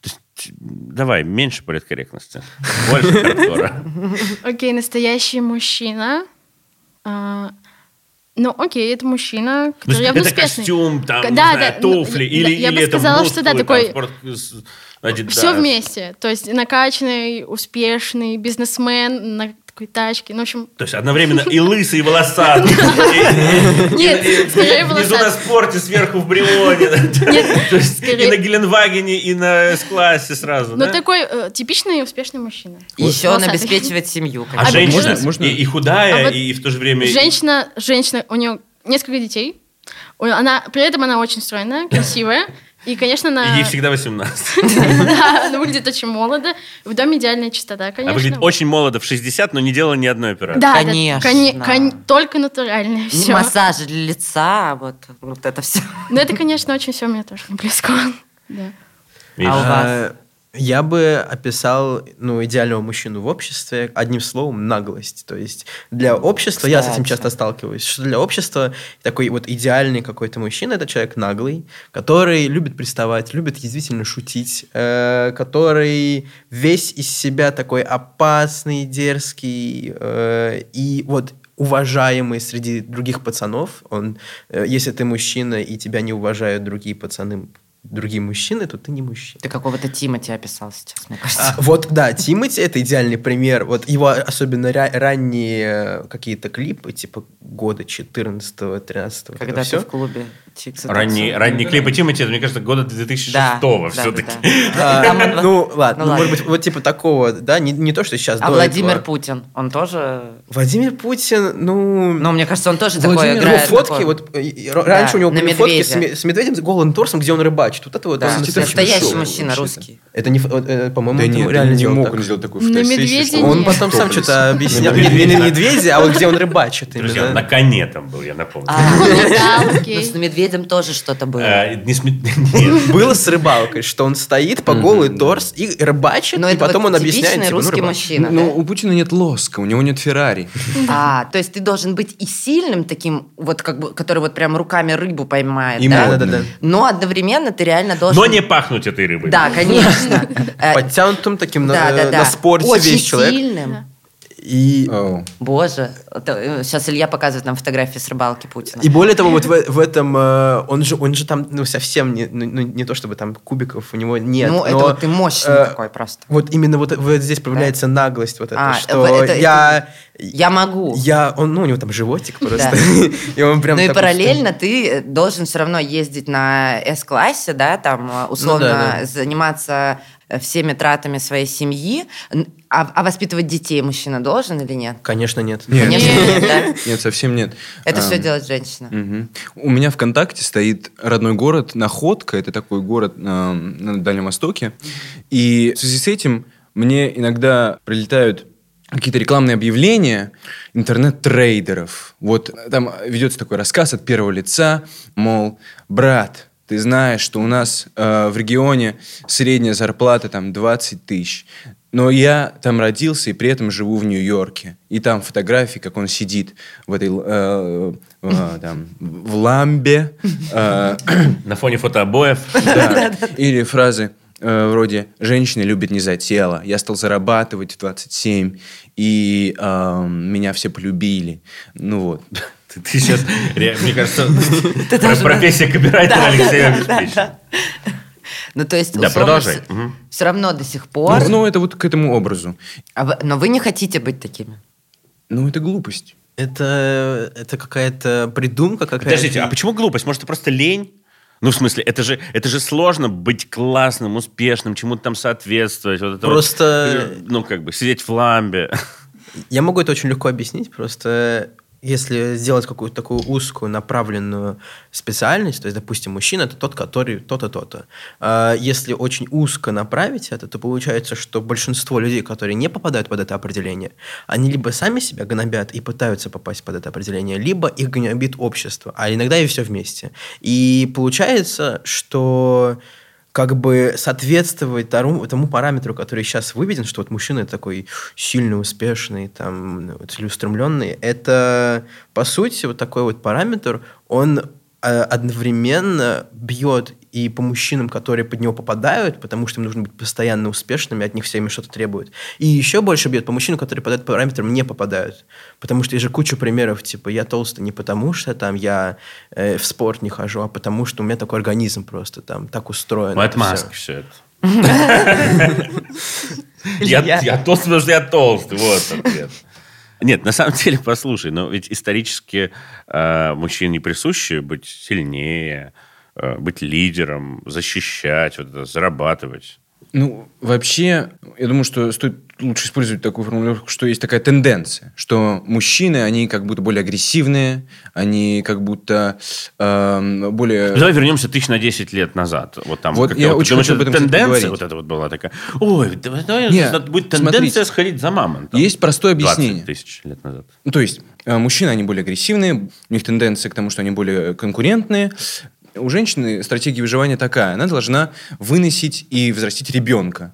Speaker 2: То есть Давай, меньше политкорректности. Больше хардкора.
Speaker 5: Окей, настоящий мужчина. А, ну, окей, это мужчина,
Speaker 2: Ну,
Speaker 5: который явно
Speaker 2: это
Speaker 5: успешный.
Speaker 2: костюм, там,
Speaker 5: Да,
Speaker 2: не знаю,
Speaker 5: да, ну,
Speaker 2: туфли,
Speaker 5: я-
Speaker 2: или,
Speaker 5: я
Speaker 2: или
Speaker 5: бы
Speaker 2: это
Speaker 5: сказала,
Speaker 2: мускулы,
Speaker 5: что да,
Speaker 2: там,
Speaker 5: такой-
Speaker 2: спорт- Adidas.
Speaker 5: Все вместе. То есть накачанный, успешный, бизнесмен на такой тачке. Ну, в общем,
Speaker 2: То есть одновременно и лысый, и волосатый. и- и-
Speaker 5: Нет,
Speaker 2: и-
Speaker 5: скорее
Speaker 2: Внизу
Speaker 5: волосатый.
Speaker 2: на спорте, сверху в Брионе. да.
Speaker 5: нет,
Speaker 2: То есть и
Speaker 5: скорее-
Speaker 2: на Геленвагене, и на С-классе сразу,
Speaker 5: ну
Speaker 2: да?
Speaker 5: такой э, типичный и успешный мужчина.
Speaker 3: Еще он
Speaker 5: Волосатый.
Speaker 3: обеспечивает семью,
Speaker 2: А
Speaker 3: конечно.
Speaker 5: А
Speaker 2: женщина
Speaker 4: можно- можно-
Speaker 2: и и
Speaker 5: А
Speaker 2: худая,
Speaker 5: вот
Speaker 2: и в то же время... и-
Speaker 5: Женщина, женщина, у нее несколько детей. У- Она, при этом она очень стройная, красивая. И, конечно,
Speaker 2: и
Speaker 5: она,
Speaker 2: Ей всегда А 18.
Speaker 5: да, она выглядит очень молодо. В доме идеальная чистота,
Speaker 2: Она
Speaker 5: конечно.
Speaker 2: А выглядит очень молодо в 60, но не делала ни одной операции.
Speaker 5: Да, да,
Speaker 3: Конечно.
Speaker 5: коне- кон- только натуральное
Speaker 3: Не
Speaker 5: все.
Speaker 3: массаж для лица, вот, вот это все.
Speaker 5: Но это, конечно, очень все мне тоже близко. Да.
Speaker 2: Видишь?
Speaker 3: А у вас?
Speaker 6: А, Я бы описал ну, идеального мужчину в обществе одним словом наглость. То есть для общества, я с этим
Speaker 3: Кстати.
Speaker 6: часто сталкиваюсь, что для общества такой вот идеальный какой-то мужчина это человек наглый, который любит приставать, любит язвительно шутить, э, который весь из себя такой опасный, дерзкий э, и вот уважаемый среди других пацанов. Он, э, если ты мужчина и тебя не уважают другие пацаны, другие мужчины, то ты не мужчина.
Speaker 3: Ты какого-то Тимати описал сейчас, мне
Speaker 6: А,
Speaker 3: кажется.
Speaker 6: вот, да, Тимати это идеальный пример. Вот его особенно ра- ранние э, какие-то клипы, типа года
Speaker 4: А,
Speaker 6: 14-13.
Speaker 3: Когда ты
Speaker 6: все.
Speaker 3: в клубе чиксы
Speaker 2: Ранние,
Speaker 3: танцуют.
Speaker 2: ранние клипы Тимати, это, мне кажется, года 2006
Speaker 3: Да, да, да,
Speaker 2: все-таки.
Speaker 3: да. Там он-
Speaker 6: ну, ладно,
Speaker 3: Ну,
Speaker 6: ну,
Speaker 3: ладно.
Speaker 6: может быть, вот типа такого, да, не, не то, что сейчас.
Speaker 3: А
Speaker 6: до
Speaker 3: Владимир
Speaker 6: этого.
Speaker 3: Путин, он тоже...
Speaker 6: Владимир Путин, ну...
Speaker 3: Ну, мне кажется, он тоже
Speaker 4: Владимир-
Speaker 3: такое
Speaker 6: его
Speaker 3: играет.
Speaker 6: фотки,
Speaker 3: такое.
Speaker 6: вот э, и ра- раньше
Speaker 3: Да,
Speaker 6: у него
Speaker 3: на
Speaker 6: были фотки с,
Speaker 3: медведя.
Speaker 6: ме- с медведем с голым торсом, где он рыбачит. Вот это вот
Speaker 3: Да,
Speaker 6: он-
Speaker 4: Кстати, это очень
Speaker 3: настоящий
Speaker 4: шоу,
Speaker 3: мужчина
Speaker 4: вообще-то.
Speaker 3: русский.
Speaker 6: Это не, ф- э, э, по-моему,
Speaker 4: Да
Speaker 6: это
Speaker 4: нет,
Speaker 6: реально
Speaker 4: реально не
Speaker 6: делал
Speaker 4: мог
Speaker 6: так.
Speaker 4: он сделать такую
Speaker 5: На
Speaker 4: фотосессию.
Speaker 5: медведя
Speaker 4: что
Speaker 6: Он
Speaker 5: Нет.
Speaker 6: потом сам
Speaker 4: Топлес.
Speaker 6: что-то объяснял.
Speaker 2: На
Speaker 6: Не
Speaker 2: медведя.
Speaker 6: не на медведя, а вот где он рыбачит.
Speaker 2: Друзья,
Speaker 6: именно.
Speaker 2: на коне там был, я напомню.
Speaker 3: А,
Speaker 5: Да,
Speaker 3: ну, с
Speaker 5: окей.
Speaker 3: медведем тоже что-то было.
Speaker 2: Э, не сме- нет.
Speaker 6: Было с рыбалкой, что он стоит по голый торс и рыбачит,
Speaker 3: Но
Speaker 6: и
Speaker 3: это
Speaker 6: потом
Speaker 3: вот
Speaker 6: он объясняет.
Speaker 3: типичный
Speaker 6: типа, ну,
Speaker 3: русский
Speaker 6: рыбак.
Speaker 3: мужчина.
Speaker 4: Ну,
Speaker 3: да?
Speaker 4: у Путина нет лоска, у него нет Феррари.
Speaker 3: А, то есть ты должен быть и сильным таким, вот как бы, который вот прям руками рыбу поймает,
Speaker 4: И
Speaker 3: да?
Speaker 6: Да, да, да,
Speaker 3: Но одновременно ты реально должен...
Speaker 2: Но не пахнуть этой рыбой.
Speaker 3: Да, конечно.
Speaker 6: да.
Speaker 3: Э,
Speaker 6: Подтянутым таким на, э,
Speaker 3: да, да, да.
Speaker 6: на спорте
Speaker 3: Очень
Speaker 6: весь человек.
Speaker 3: сильным.
Speaker 6: И,
Speaker 4: Оу.
Speaker 3: Боже, сейчас Илья показывает нам фотографии с рыбалки Путина.
Speaker 6: и более того, вот в, в этом э, он же он же там ну совсем не ну, ну, не то чтобы там кубиков у него нет.
Speaker 3: ну, это
Speaker 6: но,
Speaker 3: вот ты мощный
Speaker 6: э,
Speaker 3: такой просто.
Speaker 6: Вот именно вот, вот здесь проявляется наглость вот это,
Speaker 3: А,
Speaker 6: что
Speaker 3: это- это-
Speaker 6: я
Speaker 3: Я могу.
Speaker 6: я он ну у него там животик просто
Speaker 3: Да.
Speaker 6: и он прям
Speaker 3: ну и
Speaker 6: такой, что-
Speaker 3: параллельно ты э, должен все равно ездить на С-классе, да, там э, условно
Speaker 6: да, да.
Speaker 3: заниматься э, всеми тратами своей семьи. Н- А, а воспитывать детей мужчина должен или нет?
Speaker 6: Конечно нет.
Speaker 4: Нет. А.
Speaker 3: Конечно, нет, да?
Speaker 4: Нет, совсем нет.
Speaker 3: Это все
Speaker 4: Ам,
Speaker 3: делает женщина.
Speaker 4: Мгм. У меня ВКонтакте стоит родной город Находка. Это такой город эм, на Дальнем Востоке. И в связи с этим мне иногда прилетают какие-то рекламные объявления интернет-трейдеров. Вот э, там ведется такой рассказ от первого лица, мол, брат, ты знаешь, что у нас э, в регионе средняя зарплата там 20 тысяч. Но я там родился и при этом живу в Нью-Йорке. И там фотографии, как он сидит в этой л- э, э, там, в ламбе. э,
Speaker 2: На фоне фотообоев.
Speaker 4: да. Или фразы э, вроде «женщины любят не за тело», «я стал зарабатывать в 27», и эм, «меня все полюбили». Ну вот.
Speaker 2: Ты, ты сейчас, ре- мне кажется, про- профессия копирайтера Алексея обеспечена.
Speaker 3: Ну то есть...
Speaker 2: Да, продолжай. Мгм.
Speaker 3: Все равно до сих
Speaker 4: Ну,
Speaker 3: пор...
Speaker 4: ну, это вот к этому образу.
Speaker 3: А вы- но вы не хотите быть такими.
Speaker 4: Ну, это глупость.
Speaker 6: Это, это какая-то придумка какая-то.
Speaker 2: Подождите, а почему глупость? Может, это просто лень? Ну, в смысле, это же, это же сложно быть классным, успешным, чему-то там соответствовать. Вот это вот,
Speaker 6: Просто-
Speaker 2: э, ну, как бы, сидеть в ламбе.
Speaker 6: Я могу это очень легко объяснить, просто если сделать какую-то такую узкую направленную специальность, то есть, допустим, мужчина это тот, который то-то, то-то. А Если очень узко направить это, то получается, что большинство людей, которые не попадают под это определение, они либо сами себя гнобят и пытаются попасть под это определение, либо их гнобит общество, а иногда и все вместе. И получается, что как бы соответствовать тому, тому параметру, который сейчас выведен, что вот мужчина такой сильный, успешный, там, ну, целеустремленный, это, по сути, вот такой вот параметр, он э, одновременно бьет и по мужчинам, которые под него попадают, потому что им нужно быть постоянно успешными, от них всеми что-то требует. И еще больше бьет по мужчинам, которые под этот параметр не попадают. Потому что есть же куча примеров, типа, я толстый не потому, что там я э, в спорт не хожу, а потому что у меня такой организм просто там так устроен.
Speaker 2: Мэтт
Speaker 6: Э, это всё».
Speaker 2: Маск все это. Я, я толстый, потому что я толстый. Вот ответ. Нет, на самом деле, послушай, но ведь исторически э, мужчине присуще быть сильнее, э, быть лидером, защищать, вот это, зарабатывать.
Speaker 4: Ну, вообще, я думаю, что стоит лучше использовать такую формулировку, что есть такая тенденция, что мужчины, они как будто более агрессивные, они как будто эм, более...
Speaker 2: Давай вернемся тысяч на 10 лет назад. Вот там
Speaker 4: Вот
Speaker 2: как
Speaker 4: я
Speaker 2: вот,
Speaker 4: очень
Speaker 2: потому
Speaker 4: хочу
Speaker 2: что
Speaker 4: об этом, кстати,
Speaker 2: тенденция
Speaker 4: поговорить.
Speaker 2: вот эта вот была такая. Ой, давай, давай,
Speaker 4: Не,
Speaker 2: надо будет
Speaker 4: смотрите.
Speaker 2: тенденция сходить за мамонтом.
Speaker 4: Есть простое
Speaker 2: 20
Speaker 4: объяснение.
Speaker 2: тысяч лет назад.
Speaker 4: Ну, то есть э, мужчины, они более агрессивные, у них тенденция к тому, что они более конкурентные. У женщины стратегия выживания такая. Она должна выносить и взрастить ребенка.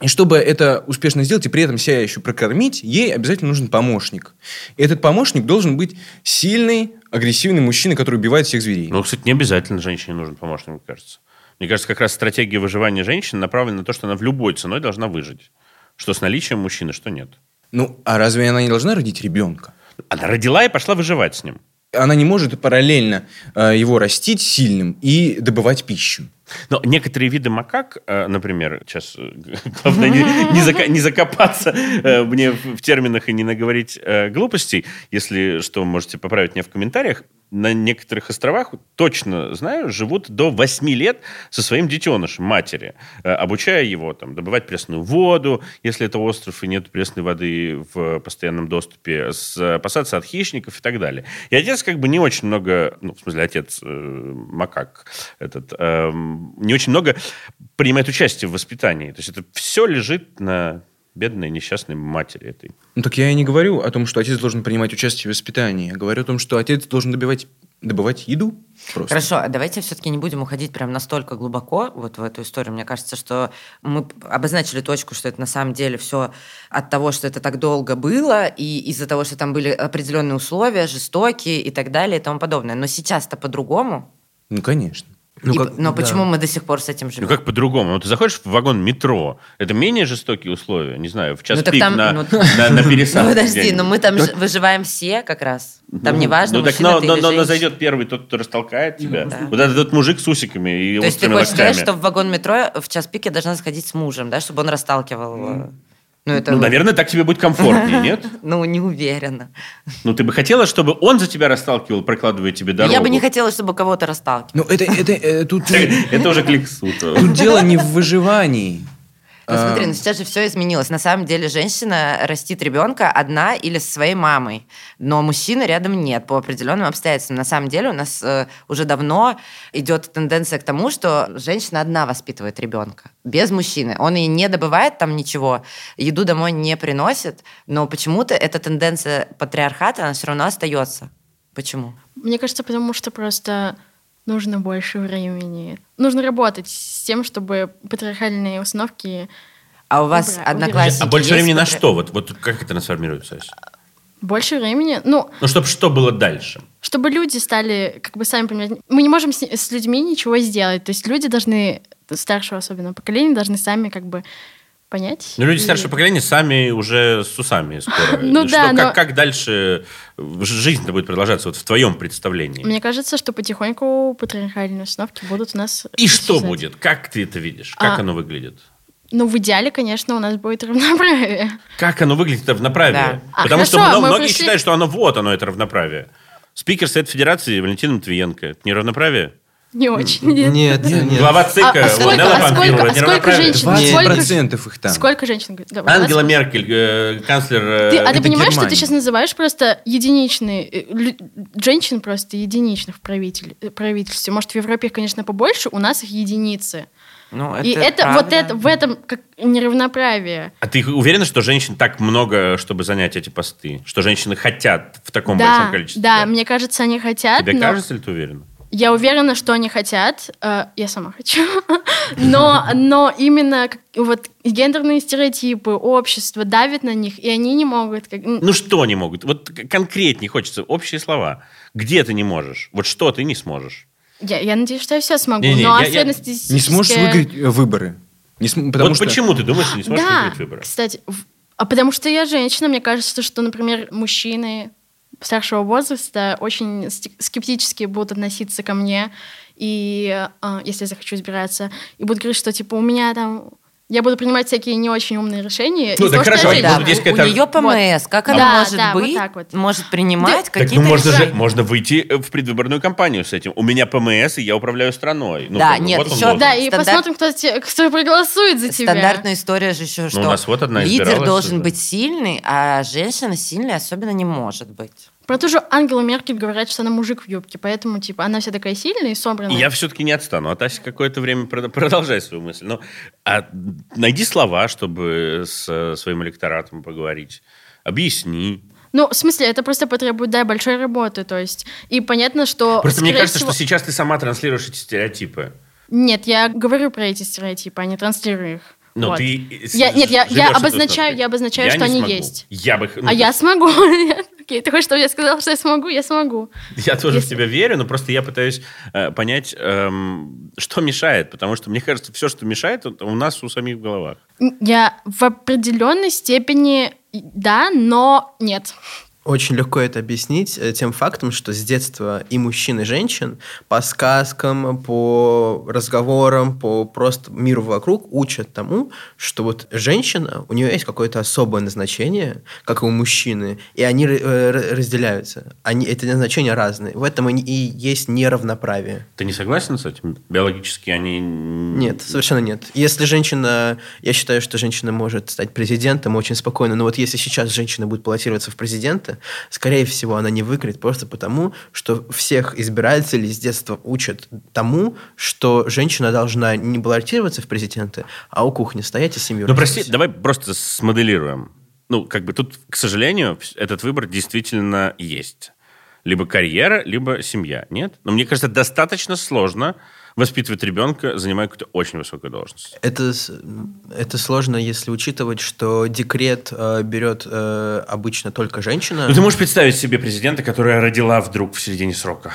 Speaker 4: И чтобы это успешно сделать и при этом себя еще прокормить, ей обязательно нужен помощник. И этот помощник должен быть сильный, агрессивный мужчина, который убивает всех зверей.
Speaker 2: Ну, кстати, не обязательно женщине нужен помощник, мне кажется. Мне кажется, как раз стратегия выживания женщины направлена на то, что она в любой ценой должна выжить. Что с наличием мужчины, что нет.
Speaker 4: Ну, а разве она не должна родить ребенка?
Speaker 2: Она родила и пошла выживать с ним.
Speaker 4: Она не может параллельно э, его растить сильным и добывать пищу.
Speaker 2: Но некоторые виды макак, э, например, сейчас э, главное не, не зака- не закопаться э, мне в в терминах и не наговорить э, глупостей, если что, можете поправить меня в комментариях. На некоторых островах, точно знаю, живут до 8 лет со своим детенышем, матери, э, обучая его там, добывать пресную воду, если это остров и нет пресной воды в постоянном доступе, с- опасаться от хищников и так далее. И отец как бы не очень много, ну, в смысле, отец э, макак этот, эм, не очень много принимает участие в воспитании. То есть это все лежит на бедной несчастной матери этой.
Speaker 4: Ну так я и не говорю о том, что отец должен принимать участие в воспитании. Я говорю о том, что отец должен добивать, добывать еду просто.
Speaker 3: Хорошо, а давайте все-таки не будем уходить прям настолько глубоко вот в эту историю. Мне кажется, что мы п- обозначили точку, что это на самом деле все от того, что это так долго было, и из-за того, что там были определенные условия, жестокие и так далее и тому подобное. Но сейчас-то по-другому.
Speaker 4: Ну, конечно.
Speaker 6: Ну,
Speaker 3: И
Speaker 6: как-
Speaker 3: п- но
Speaker 6: да.
Speaker 3: почему мы до сих пор с этим
Speaker 2: Ну
Speaker 3: живем?
Speaker 2: как по-другому? Ну ты заходишь в вагон метро, это менее жестокие условия, не знаю, в час
Speaker 3: Ну, так
Speaker 2: пик
Speaker 3: там,
Speaker 2: на,
Speaker 3: ну,
Speaker 2: на- на пересадке
Speaker 3: Ну, подожди,
Speaker 2: где-нибудь.
Speaker 3: но мы там ж- выживаем все как раз. Там
Speaker 2: Ну,
Speaker 3: не важно,
Speaker 2: Ну так,
Speaker 3: мужчина
Speaker 2: но,
Speaker 3: ты
Speaker 2: но-
Speaker 3: или
Speaker 2: но- но
Speaker 3: женщина.
Speaker 2: зайдет первый тот, кто растолкает тебя.
Speaker 3: да.
Speaker 2: Вот этот, тот мужик с усиками и
Speaker 3: То есть ты
Speaker 2: острыми
Speaker 3: хочешь сказать,
Speaker 2: локтями.
Speaker 3: что в вагон метро в час пик я должна сходить с мужем, да, чтобы он расталкивал? э, Ну, это...
Speaker 2: Ну, наверное, так тебе будет комфортнее, нет?
Speaker 3: Ну, не уверена.
Speaker 2: Ну, ты бы хотела, чтобы он за тебя расталкивал, прокладывая тебе дорогу?
Speaker 3: Я бы не хотела, чтобы кого-то расталкивать.
Speaker 4: Ну, это, это, э, тут, не-
Speaker 2: Это уже к лексу.
Speaker 4: тут дело не в выживании.
Speaker 3: Ну, смотри,
Speaker 4: А,
Speaker 3: ну сейчас же все изменилось. На самом деле женщина растит ребенка одна или со своей мамой, но мужчины рядом нет по определенным обстоятельствам. На самом деле у нас э, уже давно идет тенденция к тому, что женщина одна воспитывает ребенка без мужчины. Он и не добывает там ничего, еду домой не приносит, но почему-то эта тенденция патриархата, она все равно остается. Почему?
Speaker 5: Мне кажется, потому что просто нужно больше времени. Нужно работать с тем, чтобы патриархальные установки
Speaker 3: А у вас
Speaker 5: Убра-
Speaker 3: одноклассники
Speaker 2: А больше
Speaker 3: есть
Speaker 2: времени на
Speaker 3: патри-
Speaker 2: что? Вот, вот как это трансформируется? Ася?
Speaker 5: больше времени, ну,
Speaker 2: Ну, чтобы что было дальше?
Speaker 5: чтобы люди стали, как бы сами понимать, мы не можем с, ни- с людьми ничего сделать. То есть люди должны, старшего особенно поколения, должны сами как бы понять.
Speaker 2: Ну, люди
Speaker 5: И-
Speaker 2: старшего поколения сами уже с усами скоро.
Speaker 5: Ну
Speaker 2: Что,
Speaker 5: да,
Speaker 2: как,
Speaker 5: но-
Speaker 2: как дальше жизнь-то будет продолжаться вот в твоем представлении?
Speaker 5: Мне кажется, что потихоньку патриархальные установки будут у нас...
Speaker 2: И что
Speaker 5: исчезать.
Speaker 2: будет? Как ты это видишь? Как
Speaker 5: А.
Speaker 2: оно выглядит?
Speaker 5: Ну, в идеале, конечно, у нас будет равноправие.
Speaker 2: Как оно выглядит равноправие?
Speaker 3: Да.
Speaker 5: А,
Speaker 2: Потому что
Speaker 5: хорошо,
Speaker 2: мно-
Speaker 5: мы
Speaker 2: многие
Speaker 5: пришли-
Speaker 2: считают, что оно вот оно, это равноправие. Спикер Совет Федерации Валентин Матвиенко. Это не равноправие?
Speaker 5: Не очень. нет.
Speaker 6: Нет, нет.
Speaker 2: Глава ЦИКа
Speaker 5: а сколько-
Speaker 2: Нелла
Speaker 5: а сколько-
Speaker 2: Памфилова.
Speaker 5: а
Speaker 2: Это не
Speaker 5: сколько
Speaker 2: равноправие?
Speaker 5: женщин? Сколько-
Speaker 4: 20% их там.
Speaker 5: Сколько женщин? говорит? Да,
Speaker 2: Ангела
Speaker 5: 20%.
Speaker 2: Меркель, э, канцлер... э,
Speaker 5: Ты- а ты
Speaker 4: это
Speaker 5: понимаешь, что ты
Speaker 4: Германия.
Speaker 5: сейчас называешь просто единичные э, лю- женщин просто единичных в правитель, э, правительстве? Может, в Европе их, конечно, побольше, у нас их единицы.
Speaker 3: Ну,
Speaker 5: И это вот
Speaker 3: правда.
Speaker 5: это в этом как неравноправие.
Speaker 2: А ты уверена, что женщин так много, чтобы занять эти посты? Что женщины хотят в таком
Speaker 5: да,
Speaker 2: большом количестве?
Speaker 5: да, мне кажется, они хотят,
Speaker 2: Тебе
Speaker 5: но
Speaker 2: кажется ли ты уверена?
Speaker 5: Я уверена, что они хотят, э, я сама хочу, но, но именно как- вот гендерные стереотипы, общество давит на них, и они не могут... как- м,
Speaker 2: Ну что они могут? Вот к- конкретнее хочется, общие слова. Где ты не можешь? Вот что ты не сможешь?
Speaker 5: Я, я надеюсь, что я все смогу,
Speaker 2: Не-не,
Speaker 5: но
Speaker 2: я- я-
Speaker 5: особенности...
Speaker 4: Не сможешь
Speaker 5: статистические-
Speaker 4: выиграть э, выборы. Не см- потому
Speaker 2: вот
Speaker 4: что...
Speaker 2: почему ты думаешь, что не сможешь
Speaker 5: да,
Speaker 2: выиграть выборы?
Speaker 5: кстати, в- а потому что я женщина, мне кажется, что, например, мужчины старшего возраста очень ст- скептически будут относиться ко мне, и а, если я захочу избираться, и будут говорить, что типа у меня там я буду принимать всякие не очень умные решения.
Speaker 2: Ну,
Speaker 5: из-за
Speaker 2: так
Speaker 5: того, что
Speaker 2: хорошо,
Speaker 5: я
Speaker 2: и
Speaker 3: Да,
Speaker 5: женщина.
Speaker 2: будут
Speaker 3: у,
Speaker 2: есть какая-то-
Speaker 3: нее ПМС, как
Speaker 5: Да,
Speaker 3: она может
Speaker 5: да, вот
Speaker 3: быть,
Speaker 5: так вот.
Speaker 3: может принимать
Speaker 2: Так
Speaker 3: какие-то
Speaker 2: ну можно же,
Speaker 3: решения.
Speaker 2: можно выйти э, в предвыборную кампанию с этим. У меня ПМС, и я управляю страной. Ну,
Speaker 3: Да,
Speaker 2: как бы,
Speaker 3: нет,
Speaker 2: вот он
Speaker 3: еще-
Speaker 2: лозунг.
Speaker 5: Да, и
Speaker 3: Стандарт-
Speaker 5: посмотрим, кто, те- кто проголосует за тебя.
Speaker 3: Стандартная история же еще, что
Speaker 2: Ну, у нас вот одна
Speaker 3: лидер
Speaker 2: избиралась
Speaker 3: должен
Speaker 2: уже.
Speaker 3: быть сильный, а женщина сильная особенно не может быть.
Speaker 5: Про ту же Ангелу Меркель говорят, что она мужик в юбке, поэтому типа она вся такая сильная и собранная.
Speaker 2: Я все-таки не отстану. А Тася какое-то время прод- продолжай свою мысль. Ну, а найди слова, чтобы с э, своим электоратом поговорить. Объясни.
Speaker 5: Ну, в смысле, это просто потребует, да, большой работы, то есть. И понятно, что...
Speaker 2: Просто мне
Speaker 5: скорее
Speaker 2: кажется,
Speaker 5: всего-
Speaker 2: что сейчас ты сама транслируешь эти стереотипы.
Speaker 5: Нет, я говорю про эти стереотипы, а не транслирую их.
Speaker 2: Но Ну,
Speaker 5: Вот.
Speaker 2: ты с-
Speaker 5: Я- нет, я- я
Speaker 2: живешь эту
Speaker 5: обозначаю-
Speaker 2: установку.
Speaker 5: я обозначаю,
Speaker 2: Я
Speaker 5: что
Speaker 2: не
Speaker 5: они
Speaker 2: смогу.
Speaker 5: есть.
Speaker 2: Я бы... ну,
Speaker 5: А я смогу. Окей, ты хочешь, чтобы я сказала, что я смогу? Я смогу.
Speaker 2: Я тоже в
Speaker 5: Если-
Speaker 2: тебя верю, но просто я пытаюсь э, понять, эм, что мешает, потому что мне кажется, все, что мешает, у- у нас у самих в головах.
Speaker 5: Н- Я в определенной степени и- да, но нет.
Speaker 6: Очень легко это объяснить э, тем фактом, что с детства и мужчин, и женщин по сказкам, по разговорам, по просто миру вокруг учат тому, что вот женщина, у нее есть какое-то особое назначение, как и у мужчины, и они р- э, разделяются. Они, это назначения разные. В этом и и есть неравноправие.
Speaker 2: Ты не согласен с этим? Биологически они...
Speaker 6: Нет, совершенно нет. Если женщина, я считаю, что женщина может стать президентом очень спокойно, но вот если сейчас женщина будет баллотироваться в президенты, скорее всего, она не выиграет просто потому, что всех избирателей с детства учат тому, что женщина должна не баллотироваться в президенты, а у кухни стоять и семью
Speaker 2: Ну,
Speaker 6: растить.
Speaker 2: прости, давай просто смоделируем. Ну, как бы тут, к сожалению, вс- этот выбор действительно есть. Либо карьера, либо семья, нет? Но мне кажется, достаточно сложно воспитывать ребенка, занимая какую-то очень высокую должность.
Speaker 6: Это, с- м, это сложно, если учитывать, что декрет э, берет э, обычно только женщина.
Speaker 2: Ну, ты можешь представить себе президента, которая родила вдруг в середине срока?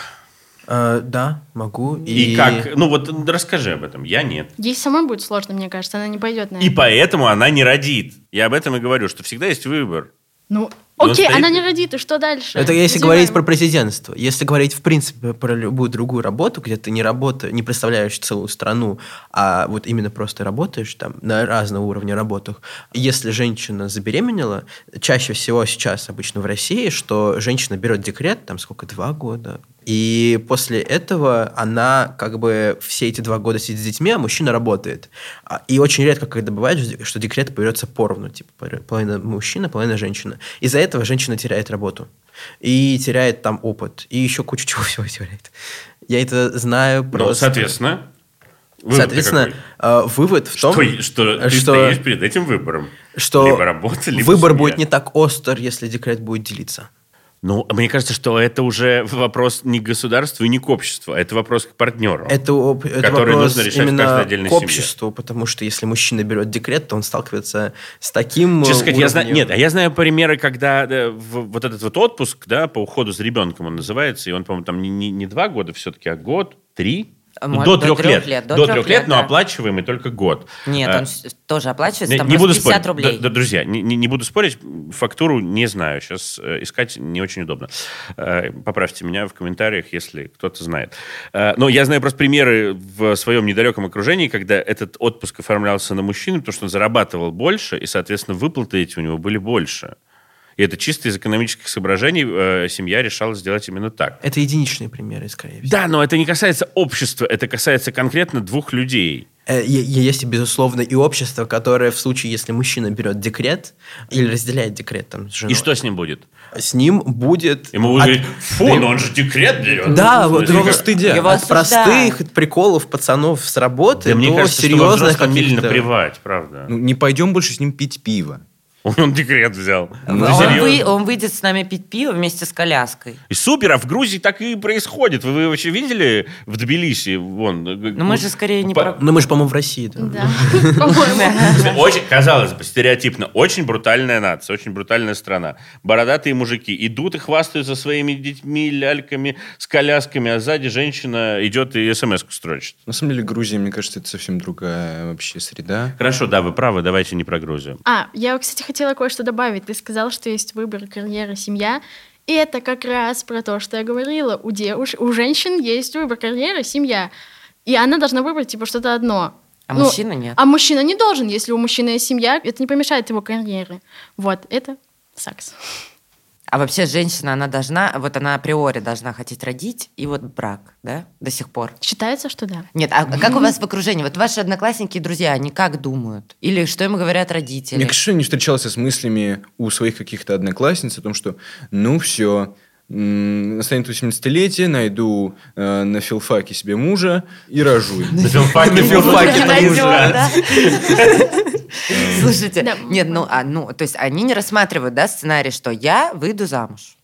Speaker 6: Э, да, могу.
Speaker 2: И, как... Ну, вот м, расскажи об этом. Я нет.
Speaker 5: Ей самой будет сложно, мне кажется, она не пойдет на
Speaker 2: И
Speaker 5: это.
Speaker 2: поэтому она не родит. Я об этом и говорю, что всегда есть выбор.
Speaker 5: Ну,
Speaker 2: Ну,
Speaker 5: окей,
Speaker 2: стоит-
Speaker 5: она не родит, и что дальше?
Speaker 6: Это если
Speaker 5: Извиняем.
Speaker 6: говорить про президентство. Если говорить, в принципе, про любую другую работу, где ты не работаешь, не представляешь целую страну, а вот именно просто работаешь там на разного уровня работах. Если женщина забеременела, чаще всего сейчас обычно в России, что женщина берет декрет, там сколько, два года, и после этого она как бы все эти два года сидит с детьми, а мужчина работает. А- И очень редко, когда бывает, что декрет берется поровну, типа пор- половина мужчина, половина женщина. Из-за этого женщина теряет работу и теряет там опыт, и еще кучу чего всего теряет. Я это знаю
Speaker 2: Ну,
Speaker 6: просто.
Speaker 2: соответственно, вывод-то
Speaker 6: Соответственно,
Speaker 2: какой?
Speaker 6: э, вывод в том,
Speaker 2: что, что ты
Speaker 6: что-
Speaker 2: стоишь перед этим выбором.
Speaker 6: что
Speaker 2: либо работа, либо
Speaker 6: выбор
Speaker 2: семья.
Speaker 6: будет не так остр, если декрет будет делиться.
Speaker 2: Ну, мне кажется, что это уже вопрос не к государству и не к обществу, а это вопрос к партнеру.
Speaker 6: Это, оп- это
Speaker 2: типа, Который
Speaker 6: вопрос
Speaker 2: нужно решать в каждой
Speaker 6: именно
Speaker 2: отдельной
Speaker 6: к
Speaker 2: семье.
Speaker 6: обществу, потому что если мужчина берет декрет, то он сталкивается с таким
Speaker 2: Честно
Speaker 6: э,
Speaker 2: сказать, я знаю,
Speaker 6: уровнем.
Speaker 2: нет, а я знаю примеры, когда да, в- вот этот вот отпуск, да, по уходу за ребенком он называется, и он, по-моему, там не, не- не два года все-таки, а год, три,
Speaker 3: А,
Speaker 2: Ну,
Speaker 3: может,
Speaker 2: до,
Speaker 3: до
Speaker 2: трех
Speaker 3: трех
Speaker 2: лет.
Speaker 3: лет,
Speaker 2: до,
Speaker 3: до
Speaker 2: трех
Speaker 3: трех
Speaker 2: лет,
Speaker 3: лет,
Speaker 2: но
Speaker 3: да.
Speaker 2: оплачиваемый только год.
Speaker 3: Нет,
Speaker 2: А,
Speaker 3: он с- тоже оплачивается,
Speaker 2: Не,
Speaker 3: там
Speaker 2: не
Speaker 3: просто
Speaker 2: буду
Speaker 3: 50
Speaker 2: спорить.
Speaker 3: рублей.
Speaker 2: Да, да, друзья, не, не- не буду спорить. Фактуру не знаю. Сейчас искать не очень удобно. Э, поправьте меня в комментариях, если кто-то знает. Э, но я знаю просто примеры в своем недалеком окружении, когда этот отпуск оформлялся на мужчину, потому что он зарабатывал больше, и, соответственно, выплаты эти у него были больше. И это чисто из экономических соображений э, семья решала сделать именно так.
Speaker 6: Это единичные примеры, скорее всего.
Speaker 2: Да, но это не касается общества, это касается конкретно двух людей.
Speaker 6: Э, е- е- Есть, безусловно, и общество, которое в случае, если мужчина берет декрет или разделяет декрет там, с женой,
Speaker 2: И что с ним будет?
Speaker 6: с ним будет...
Speaker 2: Ему
Speaker 3: А
Speaker 2: будут
Speaker 6: от-
Speaker 2: говорить, фу,
Speaker 6: Да
Speaker 2: но
Speaker 6: и-
Speaker 2: он же декрет берет.
Speaker 4: А,
Speaker 6: Да,
Speaker 2: Ну,
Speaker 6: вот
Speaker 2: это
Speaker 6: его
Speaker 2: как-
Speaker 6: стыдят.
Speaker 3: Его
Speaker 6: От
Speaker 3: осуждают.
Speaker 6: простых приколов пацанов с работы
Speaker 2: Да мне
Speaker 6: до
Speaker 2: кажется, что во
Speaker 6: серьезных
Speaker 2: взрослом мире
Speaker 6: каких-то...
Speaker 3: Ну.
Speaker 2: наплевать, правда.
Speaker 4: Ну, не пойдем больше с ним пить пиво.
Speaker 2: Он, он декрет взял. Ты
Speaker 4: Ну,
Speaker 3: А Он,
Speaker 2: серьезно?
Speaker 3: вы- он выйдет с нами пить пиво вместе с коляской.
Speaker 2: И супер, а в Грузии так и происходит. Вы, вы вообще видели в Тбилиси? Вон,
Speaker 3: Но Ну, мы же скорее не про...
Speaker 6: Ну, мы же, по-моему, в России. да.
Speaker 5: Да, по-моему.
Speaker 2: Очень, казалось бы, стереотипно, очень брутальная нация, очень брутальная страна. Бородатые мужики идут и хвастаются своими детьми, ляльками, с колясками, а сзади женщина идет и смс-ку строчит.
Speaker 4: На самом деле Грузия, мне кажется, это совсем другая вообще среда.
Speaker 2: Хорошо, да, вы правы, давайте не про Грузию.
Speaker 5: А, я, кстати, хотела кое-что добавить. Ты сказал, что есть выбор, карьера, семья. И это как раз про то, что я говорила. У, девуш... у женщин есть выбор, карьера, семья. И она должна выбрать, типа, что-то одно.
Speaker 3: А
Speaker 5: Ну,
Speaker 3: мужчина нет.
Speaker 5: А мужчина не должен, если у мужчины есть семья, это не помешает его карьере. Вот, это секс.
Speaker 3: А вообще женщина, она должна, вот она априори должна хотеть родить, и вот брак, да, до сих пор.
Speaker 5: Считается, что да.
Speaker 3: Нет, а как у вас в окружении? Вот ваши одноклассники и друзья, они как думают? Или что им говорят
Speaker 4: Я,
Speaker 3: родители?
Speaker 4: конечно, не встречался с мыслями у своих каких-то одноклассниц о том, что ну все, м, настанет 18-летие, найду э, на филфаке себе мужа и рожу.
Speaker 2: На филфаке
Speaker 6: филфаке
Speaker 2: будут
Speaker 6: найдем,
Speaker 2: лежать.
Speaker 3: да? Слушайте,
Speaker 5: Да.
Speaker 3: нет, ну, а, ну, то есть они не рассматривают, да, сценарий, что я выйду замуж.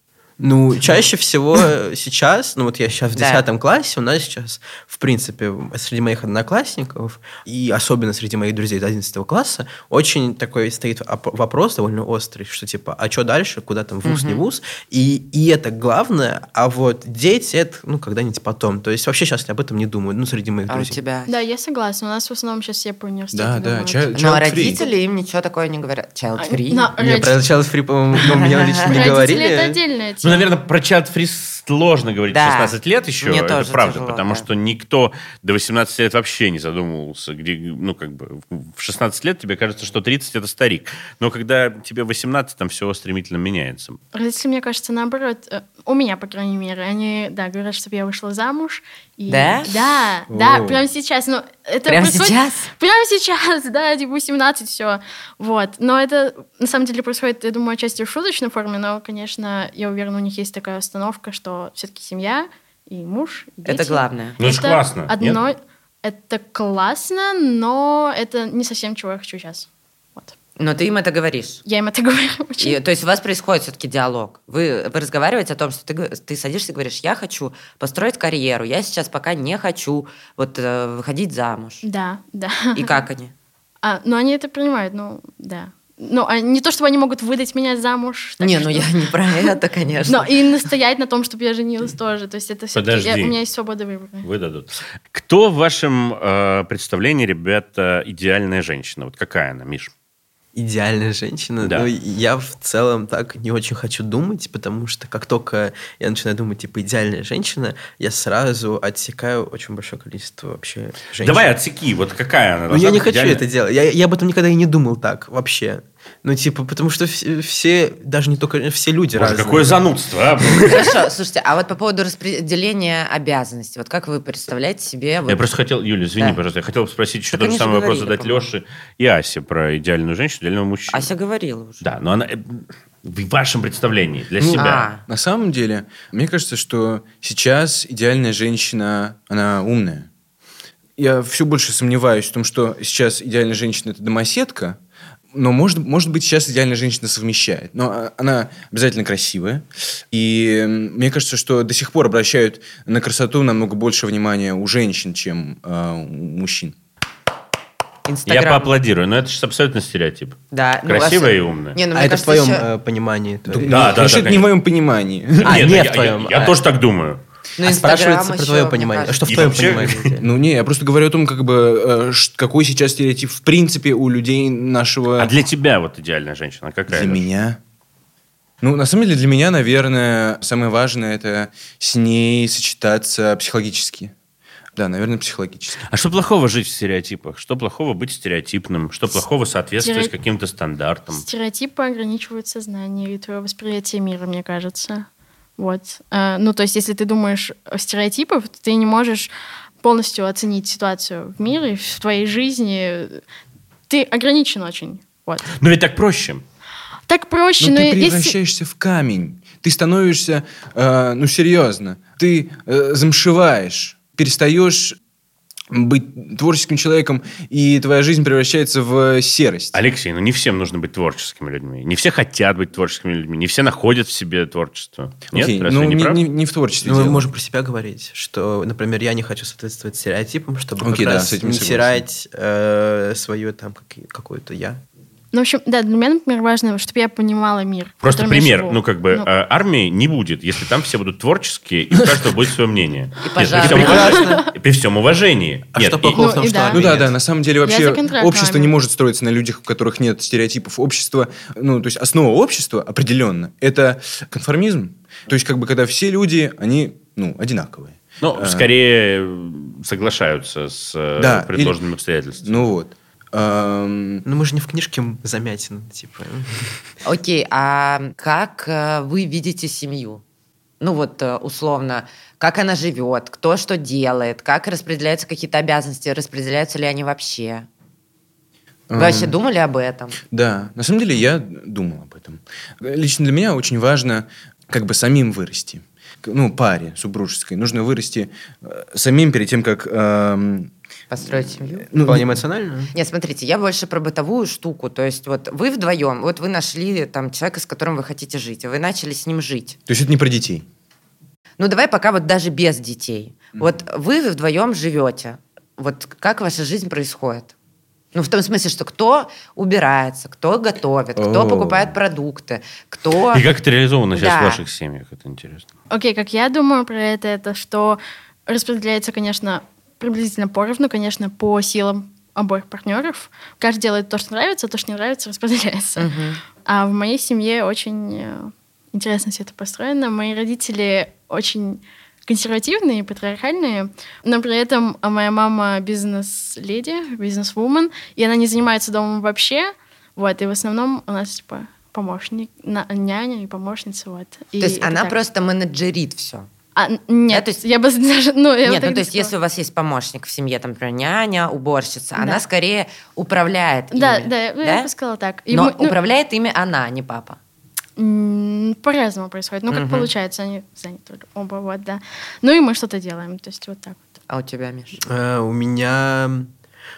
Speaker 6: Ну, чаще всего сейчас, ну вот я сейчас в
Speaker 3: Да.
Speaker 6: 10 классе, у нас сейчас, в принципе, среди моих одноклассников, и особенно среди моих друзей до 11 класса, очень такой стоит оп- вопрос довольно острый, что типа, а что дальше, куда там, вуз, не вуз? И, и это главное, а вот дети, это, ну, когда-нибудь потом. То есть вообще сейчас об этом не думаю, ну, среди моих
Speaker 3: А у
Speaker 6: друзей.
Speaker 3: тебя?
Speaker 5: Да, я согласна. У нас в основном сейчас все по университету
Speaker 4: Да, да,
Speaker 5: думают.
Speaker 4: ча-
Speaker 3: Ну, а
Speaker 4: child free.
Speaker 3: родители им ничего такое не говорят.
Speaker 5: А,
Speaker 3: Child free?
Speaker 5: на-
Speaker 6: Не,
Speaker 5: родители-
Speaker 6: про Child Free, по-моему, ну, мне лично не
Speaker 5: родители это
Speaker 6: говорили.
Speaker 5: отдельная
Speaker 2: Ну,
Speaker 5: тема.
Speaker 2: наверное, про чат-фри сложно говорить в
Speaker 3: Да.
Speaker 2: 16 лет еще.
Speaker 3: Мне
Speaker 2: это
Speaker 3: тоже
Speaker 2: правда,
Speaker 3: тяжело,
Speaker 2: потому
Speaker 3: да.
Speaker 2: что никто до 18 лет вообще не задумывался, где, ну, как бы, в 16 лет тебе кажется, что 30 это старик. Но когда тебе 18, там все стремительно меняется.
Speaker 5: Родители, мне кажется, наоборот, э, у меня, по крайней мере, они, да, говорят, чтобы я вышла замуж. И...
Speaker 3: Да?
Speaker 5: Да, да,
Speaker 4: О.
Speaker 5: прямо сейчас. Но это
Speaker 3: Прямо
Speaker 5: происходит-
Speaker 3: сейчас?
Speaker 5: Прямо сейчас, да, типа 17, все. Вот. Но это, на самом деле, происходит, я думаю, отчасти в шуточной форме, но, конечно, я уверена, у них есть такая установка, что все-таки семья и муж, и дети.
Speaker 3: Это главное.
Speaker 2: Ну, это ж классно, нет?
Speaker 5: Одно... Это классно, но это не совсем чего я хочу сейчас. Вот.
Speaker 3: Но ты им это говоришь.
Speaker 5: Я им это говорю очень.
Speaker 3: И, то есть у вас происходит все-таки диалог. Вы, вы разговариваете о том, что ты, г- ты садишься и говоришь, я хочу построить карьеру, я сейчас пока не хочу вот э, выходить замуж.
Speaker 5: Да, да.
Speaker 3: И как они?
Speaker 5: А, ну они это понимают, ну да. Ну, а не то, чтобы они могут выдать меня замуж. так
Speaker 3: Не, ну
Speaker 5: что-
Speaker 3: я не про это,
Speaker 5: Но
Speaker 3: конечно.
Speaker 5: и настоять на том, чтобы я женилась тоже. То есть это все
Speaker 2: Подожди.
Speaker 5: у меня есть свобода выбора.
Speaker 2: Выдадут. Кто в вашем э, представлении, ребята, идеальная женщина? Вот какая она, Миш?
Speaker 6: Идеальная женщина.
Speaker 2: Да.
Speaker 6: Ну, я в целом так не очень хочу думать, потому что как только я начинаю думать, типа, идеальная женщина, я сразу отсекаю очень большое количество вообще женщин.
Speaker 2: Давай а отсеки, вот какая она?
Speaker 6: Ну,
Speaker 2: должна
Speaker 6: я не
Speaker 2: быть
Speaker 6: хочу
Speaker 2: идеальная?
Speaker 6: это делать. Я, я об этом никогда и не думал так вообще. Ну, типа, потому что вс- все, даже не только все люди
Speaker 2: Боже,
Speaker 6: разные.
Speaker 2: какое
Speaker 3: Ну,
Speaker 2: занудство, а?
Speaker 3: Хорошо, слушайте, а вот по поводу распределения обязанностей, вот как вы представляете себе? вот-
Speaker 2: Я просто хотел, Юля, извини,
Speaker 3: Да.
Speaker 2: пожалуйста, я хотел бы спросить еще
Speaker 3: Да,
Speaker 2: тот же
Speaker 3: конечно,
Speaker 2: самый вопрос
Speaker 3: говорили,
Speaker 2: задать
Speaker 3: по-моему.
Speaker 2: Леше и Асе про идеальную женщину, идеального мужчину.
Speaker 3: Ася говорила уже.
Speaker 2: Да, но она э, в вашем представлении для
Speaker 4: Ну,
Speaker 3: а,
Speaker 2: себя.
Speaker 4: На самом деле, мне кажется, что сейчас идеальная женщина, она умная. Я все больше сомневаюсь в том, что сейчас идеальная женщина – это домоседка, но, может, может быть, сейчас идеальная женщина совмещает. Но а, она обязательно красивая. И м, мне кажется, что до сих пор обращают на красоту намного больше внимания у женщин, чем а, у мужчин.
Speaker 3: А,
Speaker 2: Я
Speaker 3: Инстаграм.
Speaker 2: поаплодирую, но это же абсолютно стереотип.
Speaker 3: Да, ну,
Speaker 2: Красивая
Speaker 3: Ася-
Speaker 2: и умная.
Speaker 3: Не, ну,
Speaker 6: а
Speaker 3: мне
Speaker 6: это
Speaker 3: кажется,
Speaker 6: в твоем
Speaker 3: еще-
Speaker 6: э, понимании. то есть.
Speaker 2: Ну, Да, да, да,
Speaker 4: Потому что это Ну, не
Speaker 2: конечно.
Speaker 4: в моем понимании.
Speaker 6: А,
Speaker 2: Нет,
Speaker 6: не
Speaker 2: я-
Speaker 6: в
Speaker 2: я-
Speaker 6: твоем.
Speaker 2: Я
Speaker 3: э.
Speaker 6: а.
Speaker 2: тоже так думаю.
Speaker 3: ну,
Speaker 6: а
Speaker 3: Инстаграм
Speaker 6: спрашивается про
Speaker 3: еще,
Speaker 6: твое
Speaker 3: мне
Speaker 6: понимание. А
Speaker 3: кажется.
Speaker 6: что в
Speaker 2: И
Speaker 6: твоем
Speaker 2: вообще-
Speaker 6: понимании? идеально?
Speaker 4: Ну не, я просто говорю о том, как бы э, ш- какой сейчас стереотип в принципе у людей нашего.
Speaker 3: Э.
Speaker 2: А для тебя вот идеальная женщина какая?
Speaker 4: Для
Speaker 2: Леш?
Speaker 4: меня. Ну, на самом деле, для меня, наверное, самое важное это с ней сочетаться психологически. Да, наверное, психологически.
Speaker 2: А что плохого жить в стереотипах? Что плохого быть стереотипным? Что плохого соответствовать
Speaker 5: Стере-
Speaker 2: каким-то стандартам?
Speaker 5: Стереотипы ограничивают сознание и твое восприятие мира, мне кажется. Вот. А, ну, то есть, если ты думаешь о стереотипах, то ты не можешь полностью оценить ситуацию в мире, в твоей жизни. Ты ограничен очень. Вот.
Speaker 2: Но Ну, ведь так проще.
Speaker 5: Так проще,
Speaker 4: Ну,
Speaker 5: но,
Speaker 4: ты
Speaker 5: если...
Speaker 4: превращаешься в камень. Ты становишься, э, ну, серьезно, ты э, замшеваешь, перестаешь быть творческим человеком, и твоя жизнь превращается в серость.
Speaker 2: Алексей, ну не всем нужно быть творческими людьми. Не все хотят быть творческими людьми. Не все находят в себе творчество. Нет?
Speaker 4: Окей,
Speaker 2: Разве
Speaker 4: ну,
Speaker 2: не
Speaker 4: не,
Speaker 2: прав?
Speaker 4: не- не в творчестве
Speaker 6: Ну, мы
Speaker 4: дело.
Speaker 6: можем про себя говорить, что, например, я не хочу соответствовать стереотипам, чтобы
Speaker 4: Окей,
Speaker 6: как
Speaker 4: да,
Speaker 6: раз
Speaker 4: с этим
Speaker 6: не
Speaker 4: согласен.
Speaker 6: терять э, свое там как- какое-то я.
Speaker 5: Ну, в общем, да, для меня, например, важно, чтобы я понимала мир. в
Speaker 2: Просто
Speaker 5: котором я
Speaker 2: пример,
Speaker 5: живу.
Speaker 2: ну как бы э, армии не будет, если там все будут творческие, и у каждого будет свое мнение. Нет,
Speaker 3: пожар.
Speaker 2: при, всем
Speaker 6: Прекрасно.
Speaker 2: уважении, при всем уважении.
Speaker 6: А
Speaker 2: Нет,
Speaker 6: что
Speaker 2: и-
Speaker 6: плохого
Speaker 5: Ну,
Speaker 6: в том,
Speaker 5: и
Speaker 6: что
Speaker 5: да.
Speaker 6: армии
Speaker 4: Ну да,
Speaker 6: А, нет?
Speaker 4: да, на самом деле вообще
Speaker 5: за контракт
Speaker 4: общество
Speaker 5: нами.
Speaker 4: не может строиться на людях, у которых нет стереотипов общества. Ну, то есть основа общества определенно это конформизм. То есть как бы когда все люди, они, ну, одинаковые.
Speaker 2: Ну,
Speaker 4: Э,
Speaker 2: скорее м, соглашаются с э,
Speaker 4: Да,
Speaker 2: предложенными обстоятельствами.
Speaker 4: Ну вот. Эм,
Speaker 6: Ну мы же не в книжке Замятина, типа.
Speaker 3: Окей, а как э, вы видите семью? Ну вот, э, условно, как она живет, кто что делает, как распределяются какие-то обязанности, распределяются ли они вообще? Вы
Speaker 4: эм,
Speaker 3: вообще думали об этом?
Speaker 4: Да, на самом деле я думал об этом. Лично для меня очень важно как бы самим вырасти. К- Ну, паре супружеской. Нужно вырасти э, самим перед тем, как... эм,
Speaker 3: Построить семью?
Speaker 4: ну,
Speaker 6: Вполне эмоционально.
Speaker 3: Нет, смотрите, я больше про бытовую штуку. То есть вот вы вдвоем, вот вы нашли там человека, с которым вы хотите жить, и вы начали с ним жить.
Speaker 4: то есть это не про детей.
Speaker 3: Ну давай пока вот даже без детей. Вот вы вдвоем живете. Вот как ваша жизнь происходит? Ну, в том смысле, что кто убирается, кто готовит, кто
Speaker 4: О.
Speaker 3: покупает продукты,
Speaker 4: ну,
Speaker 3: кто...
Speaker 2: И как это реализовано сейчас в
Speaker 3: Да.
Speaker 2: ваших семьях, это интересно.
Speaker 5: Окей, как я думаю про это, это что распределяется, конечно, приблизительно поровну, конечно, по силам обоих партнеров. Каждый делает то, что нравится, а то, что не нравится, распределяется.
Speaker 3: Мгм.
Speaker 5: А в моей семье очень э, интересно все это построено. Мои родители очень консервативные, патриархальные, но при этом а, моя мама бизнес-леди, бизнес-вумен, и она не занимается домом вообще, вот, и в основном у нас, типа, помощник, на- няня и помощница, вот.
Speaker 3: То есть она просто менеджерит все.
Speaker 5: А, нет,
Speaker 3: то есть-
Speaker 5: я бы даже... Ну, я бы
Speaker 3: Нет,
Speaker 5: так
Speaker 3: ну
Speaker 5: не
Speaker 3: то есть
Speaker 5: сказала.
Speaker 3: если у вас есть помощник в семье, там, например, няня, уборщица,
Speaker 5: Да.
Speaker 3: она скорее управляет
Speaker 5: Да,
Speaker 3: ими.
Speaker 5: да, я- я бы сказала так. И
Speaker 3: Но
Speaker 5: мы- ну,
Speaker 3: управляет ими она, а не папа.
Speaker 5: М, По-разному происходит. Ну, как
Speaker 3: Мгм.
Speaker 5: получается, они заняты оба, вот, да. Ну, и мы что-то делаем, то есть вот так вот.
Speaker 3: А у тебя, Миш?
Speaker 6: Э, У меня...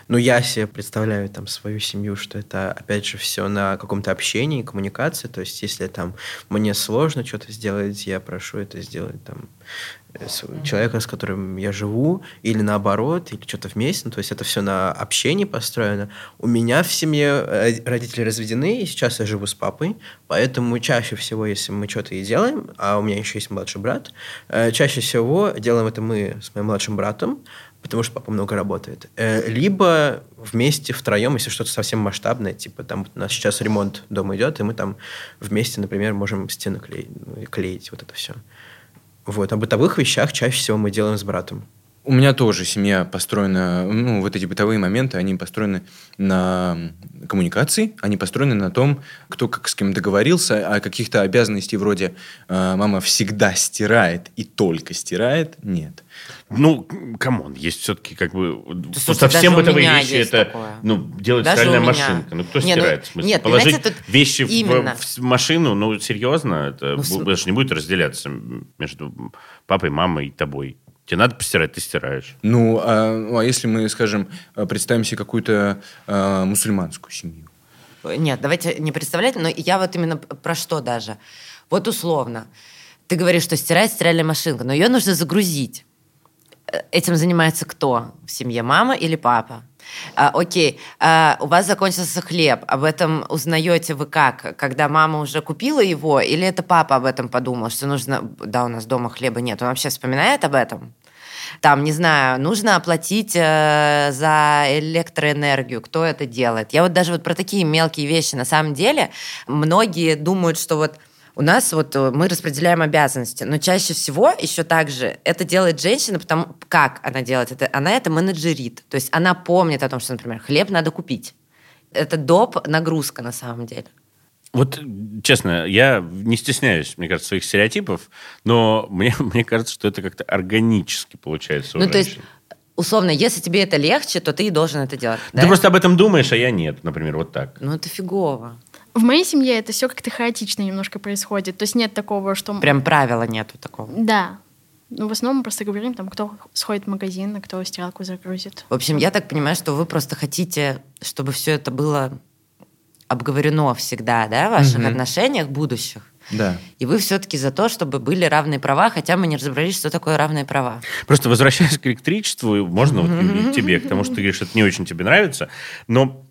Speaker 6: Ну, я себе представляю там свою семью, что это, опять же, все на каком-то общении, коммуникации. То есть, если там мне сложно что-то сделать, я прошу это сделать там э, с- человека, с которым я живу, или наоборот, или что-то вместе. Ну, то есть, это все на общении построено. У меня в семье э, родители разведены, и сейчас я живу с папой, поэтому чаще всего, если мы что-то и делаем, а у меня еще есть младший брат, э, чаще всего делаем это мы с моим младшим братом, потому что папа много работает. Э, Либо вместе, втроем, если что-то совсем масштабное, типа там вот у нас сейчас ремонт дома идет, и мы там вместе, например, можем стены клеить, ну, и клеить вот это все. Вот, о бытовых вещах чаще всего мы делаем с братом.
Speaker 4: У меня тоже семья построена, ну, вот эти бытовые моменты, они построены на коммуникации, они построены на том, кто как с кем договорился, а каких-то обязанностей вроде э, «мама всегда стирает и только стирает» нет.
Speaker 2: Ну, к- камон, есть все-таки как бы... вот
Speaker 3: Слушай,
Speaker 2: совсем
Speaker 3: даже у
Speaker 2: бытовые
Speaker 3: меня
Speaker 2: вещи
Speaker 3: есть
Speaker 2: это...
Speaker 3: такое.
Speaker 2: Ну, делает
Speaker 3: Даже
Speaker 2: стиральная
Speaker 3: у меня.
Speaker 2: машинка. Ну, кто
Speaker 3: Не, ну,
Speaker 2: стирает? в смысле?
Speaker 3: нет,
Speaker 2: Положить
Speaker 3: понимаете, тут
Speaker 2: вещи в-
Speaker 3: именно.
Speaker 2: в, с- машину, ну, серьезно, это
Speaker 3: Ну,
Speaker 2: бу-
Speaker 3: см-
Speaker 2: даже не будет разделяться между папой, мамой и тобой. Тебе надо постирать, ты стираешь.
Speaker 4: Ну, а, ну, а если мы, скажем, э, представим себе какую-то э, мусульманскую семью?
Speaker 3: Нет, давайте не представлять, но я вот именно про что даже. Вот условно. Ты говоришь, что стирает стиральная машинка, но ее нужно загрузить. Э, Этим занимается кто? В семье мама или папа? А, окей, а, у вас закончился хлеб. Об этом узнаете вы как? Когда мама уже купила его, или это папа об этом подумал, что нужно... Да, у нас дома хлеба нет. Он вообще вспоминает об этом? Там, не знаю, нужно оплатить э, за электроэнергию. Кто это делает? Я вот даже вот про такие мелкие вещи. На самом деле, многие думают, что вот у нас вот э, мы распределяем обязанности, но чаще всего еще также это делает женщина, потому как она делает это, она это менеджерит, то есть она помнит о том, что, например, хлеб надо купить. Это доп нагрузка на самом деле.
Speaker 2: Вот, честно, я не стесняюсь, мне кажется, своих стереотипов, но мне, мне кажется, что это как-то органически получается у
Speaker 3: ну то есть
Speaker 2: женщин.
Speaker 3: условно, если тебе это легче, то ты и должен это делать.
Speaker 2: Ты
Speaker 3: да?
Speaker 2: просто об этом думаешь, а я нет, например, вот так.
Speaker 3: Ну это фигово.
Speaker 5: В моей семье это все как-то хаотично немножко происходит, то есть нет такого, что...
Speaker 3: Прям правила нету такого.
Speaker 5: Да. Ну, в основном мы просто говорим, там, кто сходит в магазин, а кто стиралку загрузит.
Speaker 3: В общем, я так понимаю, что вы просто хотите, чтобы все это было обговорено всегда, да, в ваших
Speaker 4: Мгм.
Speaker 3: отношениях будущих.
Speaker 4: Да.
Speaker 3: И вы все-таки за то, чтобы были равные права, хотя мы не разобрались, что такое равные права.
Speaker 2: Просто возвращаясь к электричеству, можно вот Юлия, к тебе, к тому, что ты говоришь, что это не очень тебе нравится, но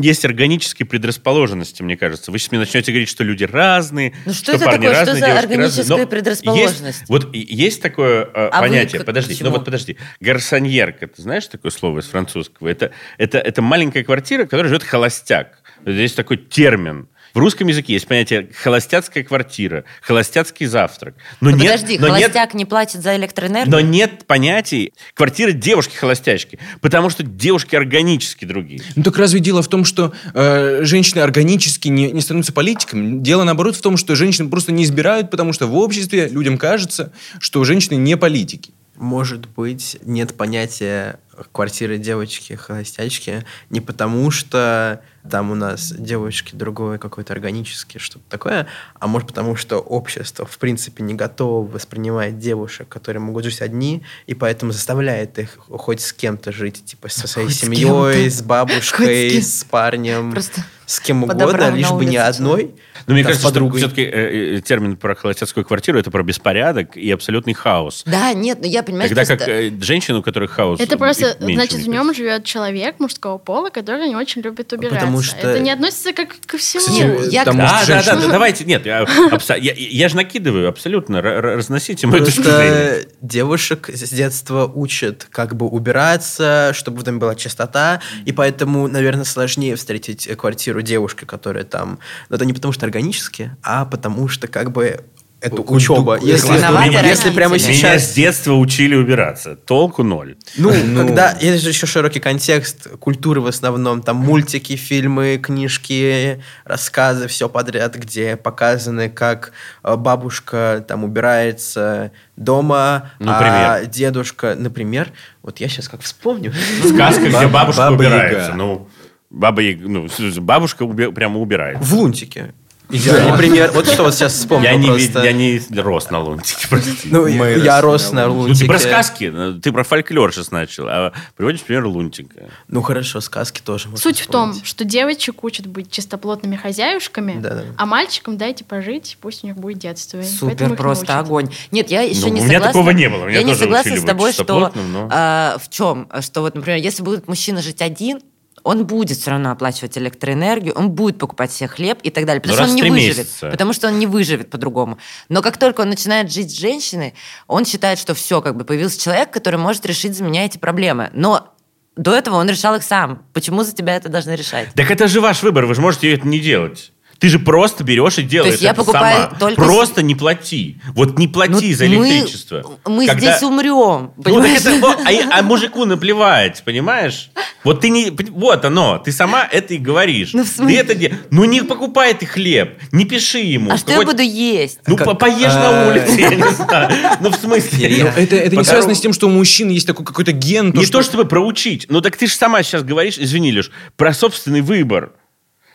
Speaker 2: есть органические предрасположенности, мне кажется. Вы сейчас мне начнете говорить, что люди разные,
Speaker 3: Ну, что это
Speaker 2: парни
Speaker 3: такое? Что
Speaker 2: разные,
Speaker 3: за
Speaker 2: девушки
Speaker 3: органическая
Speaker 2: разные. Но
Speaker 3: предрасположенность?
Speaker 2: Есть, вот и- есть такое э,
Speaker 3: А вы
Speaker 2: понятие,
Speaker 3: к-
Speaker 2: подожди,
Speaker 3: к чему?
Speaker 2: ну вот подожди, гарсоньерка, ты знаешь такое слово из французского? Это, это, это маленькая квартира, в которой живет холостяк. Здесь такой термин. В русском языке есть понятие холостяцкая квартира, холостяцкий завтрак. Но Ну, нет-
Speaker 3: Ну, Подожди,
Speaker 2: но нет-
Speaker 3: холостяк не платит за электроэнергию?
Speaker 2: но нет понятий квартира девушки-холостячки, потому что девушки органически другие.
Speaker 4: Ну так разве дело в том, что э, женщины органически не, не становятся политиками? Дело наоборот в том, что женщины просто не избирают, потому что в обществе людям кажется, что женщины не политики.
Speaker 6: Может быть, нет понятия квартиры девочки, холостячки, не потому что там у нас девочки другое какое-то органическое, что-то такое, а может потому что общество, в принципе, не готово воспринимать девушек, которые могут жить одни, и поэтому заставляет их хоть с кем-то жить, типа со своей
Speaker 3: Хоть с
Speaker 6: семьей,
Speaker 3: кем-то.
Speaker 6: с
Speaker 3: Хоть с
Speaker 6: бабушкой,
Speaker 3: кем.
Speaker 6: с парнем,
Speaker 3: Просто
Speaker 6: с кем
Speaker 3: подобрал
Speaker 6: угодно,
Speaker 3: на
Speaker 6: лишь бы не
Speaker 3: улице
Speaker 6: одной.
Speaker 2: Но Ну, мне
Speaker 6: там, с
Speaker 2: кажется, что
Speaker 6: подругой.
Speaker 2: все-таки термин про холостяцкую квартиру это про беспорядок и абсолютный хаос.
Speaker 3: Да, нет, ну я понимаю,
Speaker 2: Тогда
Speaker 3: что...
Speaker 2: как э, женщины, у которых хаос.
Speaker 5: Это
Speaker 2: э,
Speaker 5: просто,
Speaker 2: меньше,
Speaker 5: значит,
Speaker 2: мне
Speaker 5: в нем живет человек мужского пола, который не очень любит убираться.
Speaker 6: Потому что-
Speaker 5: Это не относится как ко всему. Ну,
Speaker 3: Нет, я-
Speaker 4: потому
Speaker 2: Ну, Да,
Speaker 4: что
Speaker 2: да, да,
Speaker 4: женщины-
Speaker 2: да, давайте, нет, я, абсо- я- я же накидываю абсолютно, р- р- разносите мою точку зрения.
Speaker 6: Просто девушек с детства учат как бы убираться, чтобы в доме была чистота, и поэтому, наверное, сложнее встретить э, квартиру девушки, которая там... Но это не потому что органически, а потому что как бы это
Speaker 4: Культу-
Speaker 6: учеба. Если,
Speaker 3: Виноваты
Speaker 6: если
Speaker 3: родители.
Speaker 6: прямо
Speaker 3: Меня
Speaker 2: Меня с
Speaker 6: сейчас...
Speaker 2: детства учили убираться, толку ноль.
Speaker 6: Ну, когда... Есть же еще широкий контекст культуры в основном. Там мультики, фильмы, книжки, рассказы, все подряд, где показаны, как э, бабушка там убирается дома, а
Speaker 2: Например.
Speaker 6: дедушка, например, вот я сейчас как вспомню.
Speaker 2: Сказка, где
Speaker 4: Баб-
Speaker 2: бабушка
Speaker 4: Баба
Speaker 2: убирается,
Speaker 4: Яга.
Speaker 2: ну... Баба, Яга, ну, с- с- бабушка уби- прямо убирается.
Speaker 6: В лунтике.
Speaker 4: Идеально.
Speaker 6: Например, вот что вот сейчас вспомнил
Speaker 2: Я не, ви-
Speaker 6: просто.
Speaker 2: я не рос на лунтике. прости.
Speaker 6: Ну,
Speaker 4: Мы росли
Speaker 6: я рос
Speaker 4: на
Speaker 6: на
Speaker 4: Лунтике.
Speaker 2: Ну, ты
Speaker 6: лунтике.
Speaker 2: про сказки, э, ты про фольклор сейчас начал, а приводишь пример лунтика.
Speaker 6: Ну, хорошо, сказки тоже можно
Speaker 5: Суть в том,
Speaker 6: вспомнить.
Speaker 5: что девочек учат быть чистоплотными хозяюшками,
Speaker 6: Да-да.
Speaker 5: а мальчикам дайте пожить, пусть у них будет детство. И поэтому
Speaker 3: Супер,
Speaker 5: их
Speaker 3: просто А
Speaker 5: научат.
Speaker 3: огонь. Нет, я еще
Speaker 2: Ну,
Speaker 3: не
Speaker 2: у меня
Speaker 3: согласна.
Speaker 2: такого не было. Меня
Speaker 3: я не
Speaker 2: тоже
Speaker 3: согласна
Speaker 2: учили
Speaker 3: с
Speaker 2: быть
Speaker 3: тобой, что
Speaker 2: чистоплотным, но-
Speaker 3: а, в чем? Что вот, например, если будет мужчина жить один, он будет все равно оплачивать электроэнергию, он будет покупать себе хлеб и так далее, потому
Speaker 2: Ну,
Speaker 3: что
Speaker 2: раз
Speaker 3: он
Speaker 2: в
Speaker 3: не
Speaker 2: три
Speaker 3: выживет,
Speaker 2: месяца.
Speaker 3: потому что он не выживет по-другому. Но как только он начинает жить с женщиной, он считает, что все, как бы появился человек, который может решить за меня эти проблемы. Но до этого он решал их сам. Почему за тебя это должны решать?
Speaker 2: Так это же ваш выбор, вы же можете это не делать. Ты же просто берешь и делаешь
Speaker 3: есть я
Speaker 2: это
Speaker 3: покупаю
Speaker 2: сама.
Speaker 3: только-
Speaker 2: Просто не плати. Вот не
Speaker 3: Ну,
Speaker 2: плати за
Speaker 3: мы-
Speaker 2: электричество.
Speaker 3: Мы,
Speaker 2: Когда-
Speaker 3: здесь умрем.
Speaker 2: Ну, так
Speaker 3: понимаешь?
Speaker 2: это- о, а, а мужику наплевать, понимаешь? Вот ты не... Вот оно, ты сама это и говоришь.
Speaker 3: Ну, в
Speaker 2: Ты
Speaker 3: смысле?
Speaker 2: это де- Ну, не покупай ты хлеб, не пиши ему.
Speaker 3: А что я
Speaker 2: Какой-
Speaker 3: буду есть?
Speaker 2: Ну, по- поешь на
Speaker 4: А.
Speaker 2: улице, я не знаю. Ну, в смысле...
Speaker 4: Ну, это, это не
Speaker 2: Потому-
Speaker 4: связано с тем, что у мужчин есть такой какой-то ген.
Speaker 2: не то чтобы проучить. Ну так ты же сама сейчас говоришь, извини, Леш, про собственный выбор.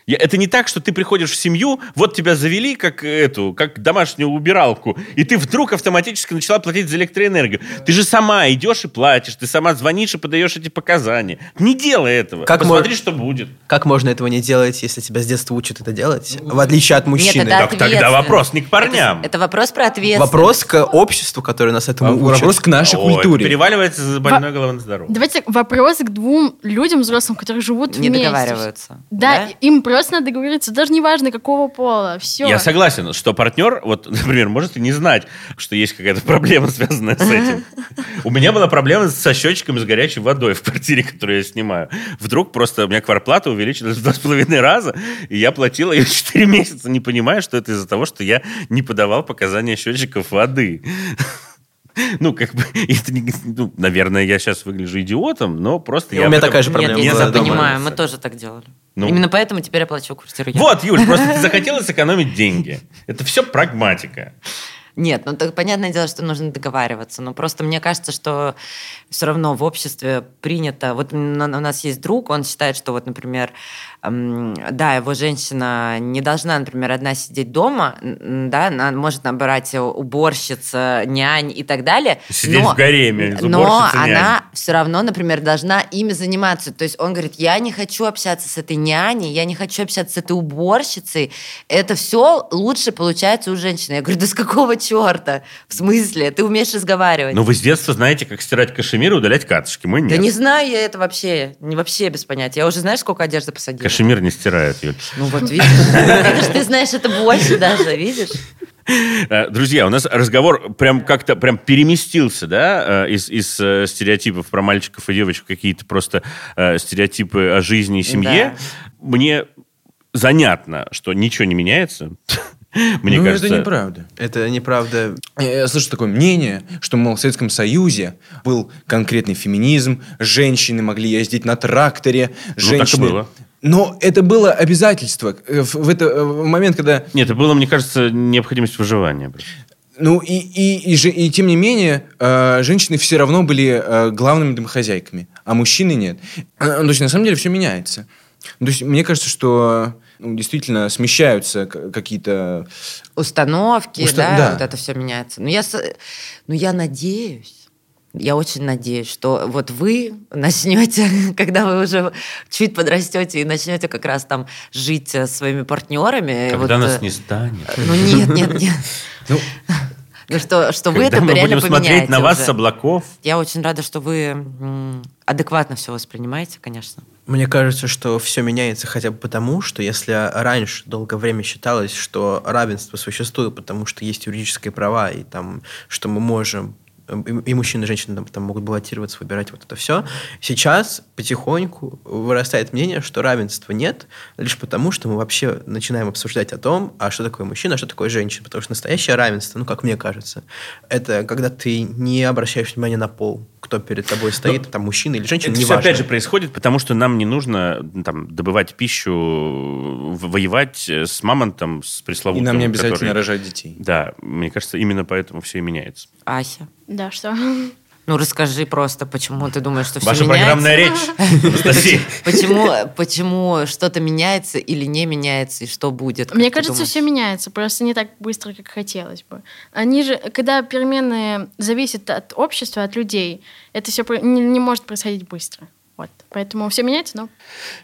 Speaker 2: Я- это не так, что ты приходишь в семью, вот тебя завели как эту, как домашнюю убиралку, и ты вдруг автоматически начала платить за электроэнергию. Ты же сама идешь и платишь, ты сама звонишь и подаешь эти показания. Не делай этого.
Speaker 6: Как
Speaker 2: Посмотри,
Speaker 6: мож-
Speaker 2: что будет.
Speaker 6: Как можно этого не делать, если тебя с детства учат это делать?
Speaker 5: Ну,
Speaker 6: В отличие от мужчины.
Speaker 3: это
Speaker 2: Так тогда
Speaker 3: Ответственно.
Speaker 2: вопрос не к парням.
Speaker 3: Это, это вопрос про ответственность.
Speaker 6: Вопрос к обществу, которое нас этому учит.
Speaker 4: вопрос к нашей
Speaker 2: Ой,
Speaker 4: культуре.
Speaker 2: Переваливается за больной головы на здоровье.
Speaker 5: Давайте вопрос к двум людям взрослым, которые живут
Speaker 3: Не
Speaker 5: вместе.
Speaker 3: договариваются.
Speaker 5: Да, им просто надо договориться, даже не важно, какого пола, все.
Speaker 2: Я согласен, что партнер, вот, например, может и не знать, что есть какая-то проблема, связанная с этим. У меня была проблема со счетчиком с горячей водой в квартире, которую я снимаю. Вдруг просто у меня кварплата увеличилась в два с половиной раза, и я платил ее 4 месяца, не понимая, что это из-за того, что я не подавал показания счетчиков воды. Ну, как бы, это не- ну, наверное, я сейчас выгляжу идиотом, но просто
Speaker 6: У
Speaker 2: я...
Speaker 6: меня
Speaker 2: об этом-
Speaker 6: такая же проблема
Speaker 3: Нет,
Speaker 2: Не
Speaker 3: я
Speaker 6: была
Speaker 3: тебя
Speaker 2: задумывался.
Speaker 6: дома.
Speaker 3: понимаю, мы тоже так делали.
Speaker 2: Ну.
Speaker 3: Именно поэтому теперь я плачу квартиру я.
Speaker 2: Вот, Юль, просто ты захотела сэкономить деньги. Это все прагматика.
Speaker 3: Нет, ну так понятное дело, что нужно договариваться, но просто мне кажется, что все равно в обществе принято. Вот у нас есть друг, он считает, что вот, например, эм, да, его женщина не должна, например, одна сидеть дома, м, да, она может набирать уборщица, нянь и так далее.
Speaker 2: Сидеть
Speaker 3: но-
Speaker 2: в гареме с
Speaker 3: но
Speaker 2: уборщицей, няней.
Speaker 3: она все равно, например, должна ими заниматься. То есть он говорит, я не хочу общаться с этой няней, я не хочу общаться с этой уборщицей. Это все лучше получается у женщины. Я говорю, да с какого черта? В смысле? Ты умеешь разговаривать?
Speaker 2: Ну, вы с детства знаете, как стирать кашемир и удалять катышки. Мы нет.
Speaker 3: да не знаю я это вообще, не вообще без понятия. Я уже знаешь, сколько одежды посадила?
Speaker 2: Кашемир не стирает, Юль.
Speaker 3: Ну вот видишь, видишь, ты знаешь это больше даже, видишь?
Speaker 2: Э, Друзья, у нас разговор прям как-то прям переместился, да, э, из, из э, стереотипов про мальчиков и девочек в какие-то просто э, стереотипы о жизни и семье. Мне занятно, что ничего не меняется. Мне
Speaker 4: ну,
Speaker 2: кажется,
Speaker 4: это неправда.
Speaker 6: Это неправда.
Speaker 4: Э, Я я слышу такое мнение, что, мол, в Советском Союзе был конкретный феминизм, женщины могли ездить на тракторе,
Speaker 2: Ну, так и
Speaker 4: женщины...
Speaker 2: было.
Speaker 4: Но это было обязательство. э, В, в это, э, в момент, когда...
Speaker 2: нет, это было, мне кажется, необходимость выживания. просто.
Speaker 4: Ну, и, и, и же- и тем не менее, э, женщины все равно были э, главными домохозяйками, а мужчины нет. Э, То есть, на самом деле, все меняется. То есть, мне кажется, что ну, действительно смещаются к- какие-то...
Speaker 3: установки,
Speaker 4: Уста-
Speaker 3: да,
Speaker 4: да.
Speaker 3: вот это все меняется. Но я, с- ну, я надеюсь, я очень надеюсь, что вот вы начнете, когда вы уже чуть подрастете и начнете как раз там жить э, своими партнерами.
Speaker 2: Когда
Speaker 3: вот,
Speaker 2: нас
Speaker 3: э,
Speaker 2: не станет.
Speaker 3: Ну нет, нет, нет.
Speaker 4: Ну,
Speaker 3: Ну, что, что вы
Speaker 2: Когда
Speaker 3: это
Speaker 2: мы
Speaker 3: реально
Speaker 2: будем смотреть
Speaker 3: поменяете
Speaker 2: на вас
Speaker 3: уже.
Speaker 2: с облаков.
Speaker 3: Я очень рада, что вы м, адекватно все воспринимаете, конечно.
Speaker 6: Мне кажется, что все меняется хотя бы потому, что если раньше долгое время считалось, что равенство существует, потому что есть юридические права, и там, что мы можем э, и и мужчины, и женщины там, там могут баллотироваться, выбирать вот это все. Сейчас потихоньку вырастает мнение, что равенства нет, лишь потому, что мы вообще начинаем обсуждать о том, а что такое мужчина, а что такое женщина. Потому что настоящее равенство, ну, как мне кажется, это когда ты не обращаешь внимания на пол, кто перед тобой стоит, там мужчина или
Speaker 2: Ну,
Speaker 6: женщина,
Speaker 2: Это все
Speaker 6: неважно.
Speaker 2: опять же происходит, потому что нам не нужно ну, там, добывать пищу, в- воевать э, с мамонтом, с
Speaker 4: и
Speaker 2: пресловутым.
Speaker 4: нам не обязательно
Speaker 2: который-
Speaker 4: рожать детей.
Speaker 2: Да, мне кажется, именно поэтому все и меняется.
Speaker 3: Ася,
Speaker 5: Да, что?
Speaker 3: ну расскажи просто, почему ты думаешь, что все
Speaker 2: Ваша программная речь, Анастасия.
Speaker 3: Почему, почему что-то меняется или не меняется, и что будет? как
Speaker 5: Мне
Speaker 3: ты
Speaker 5: кажется,
Speaker 3: думаешь?
Speaker 5: все меняется, просто не так быстро, как хотелось бы. Они же, когда перемены зависят от общества, от людей, это все не, не может происходить быстро. Вот. Поэтому все меняется, но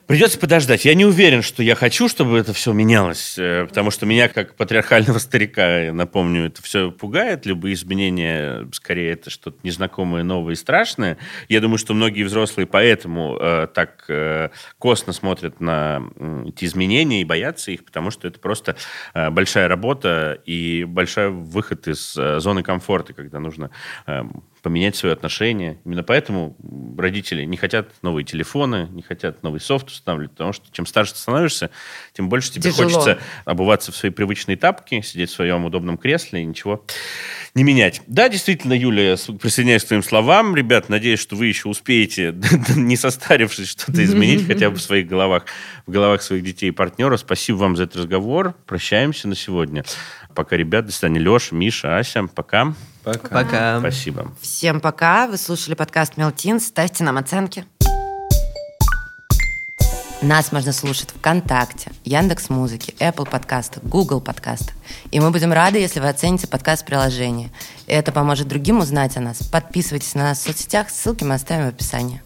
Speaker 2: Придется подождать. Я не уверен, что я хочу, чтобы это все менялось, э, потому что меня, как патриархального старика, я напомню, это все пугает. Любые изменения, скорее, это что-то незнакомое, новое и страшное. Я думаю, что многие взрослые поэтому э, так э, косно смотрят на м, эти изменения и боятся их, потому что это просто э, большая работа и большой выход из э, зоны комфорта, когда нужно эм, поменять свои отношения. Именно поэтому м, родители не хотят новые телефоны, не хотят новый софт устанавливать, потому что чем старше ты становишься, тем больше тебе
Speaker 3: Тяжело.
Speaker 2: хочется обуваться в свои привычные тапки, сидеть в своем удобном кресле и ничего не менять. Да, действительно, Юля, я с- присоединяюсь к твоим словам. Ребят, надеюсь, что вы еще успеете, не состарившись, что-то изменить хотя бы в своих головах, в головах своих детей и партнера. Спасибо вам за этот разговор. Прощаемся на сегодня. Пока, ребят. До свидания. Леша, Миша, Ася. Пока.
Speaker 4: Пока.
Speaker 6: Пока.
Speaker 2: Спасибо.
Speaker 3: Всем пока. Вы слушали подкаст Мелтин. Ставьте нам оценки. Нас можно слушать ВКонтакте, Яндекс Музыки, Apple подкастах, Google подкастах. И мы будем рады, если вы оцените подкаст приложения. Это поможет другим узнать о нас. Подписывайтесь на нас в соцсетях, ссылки мы оставим в описании.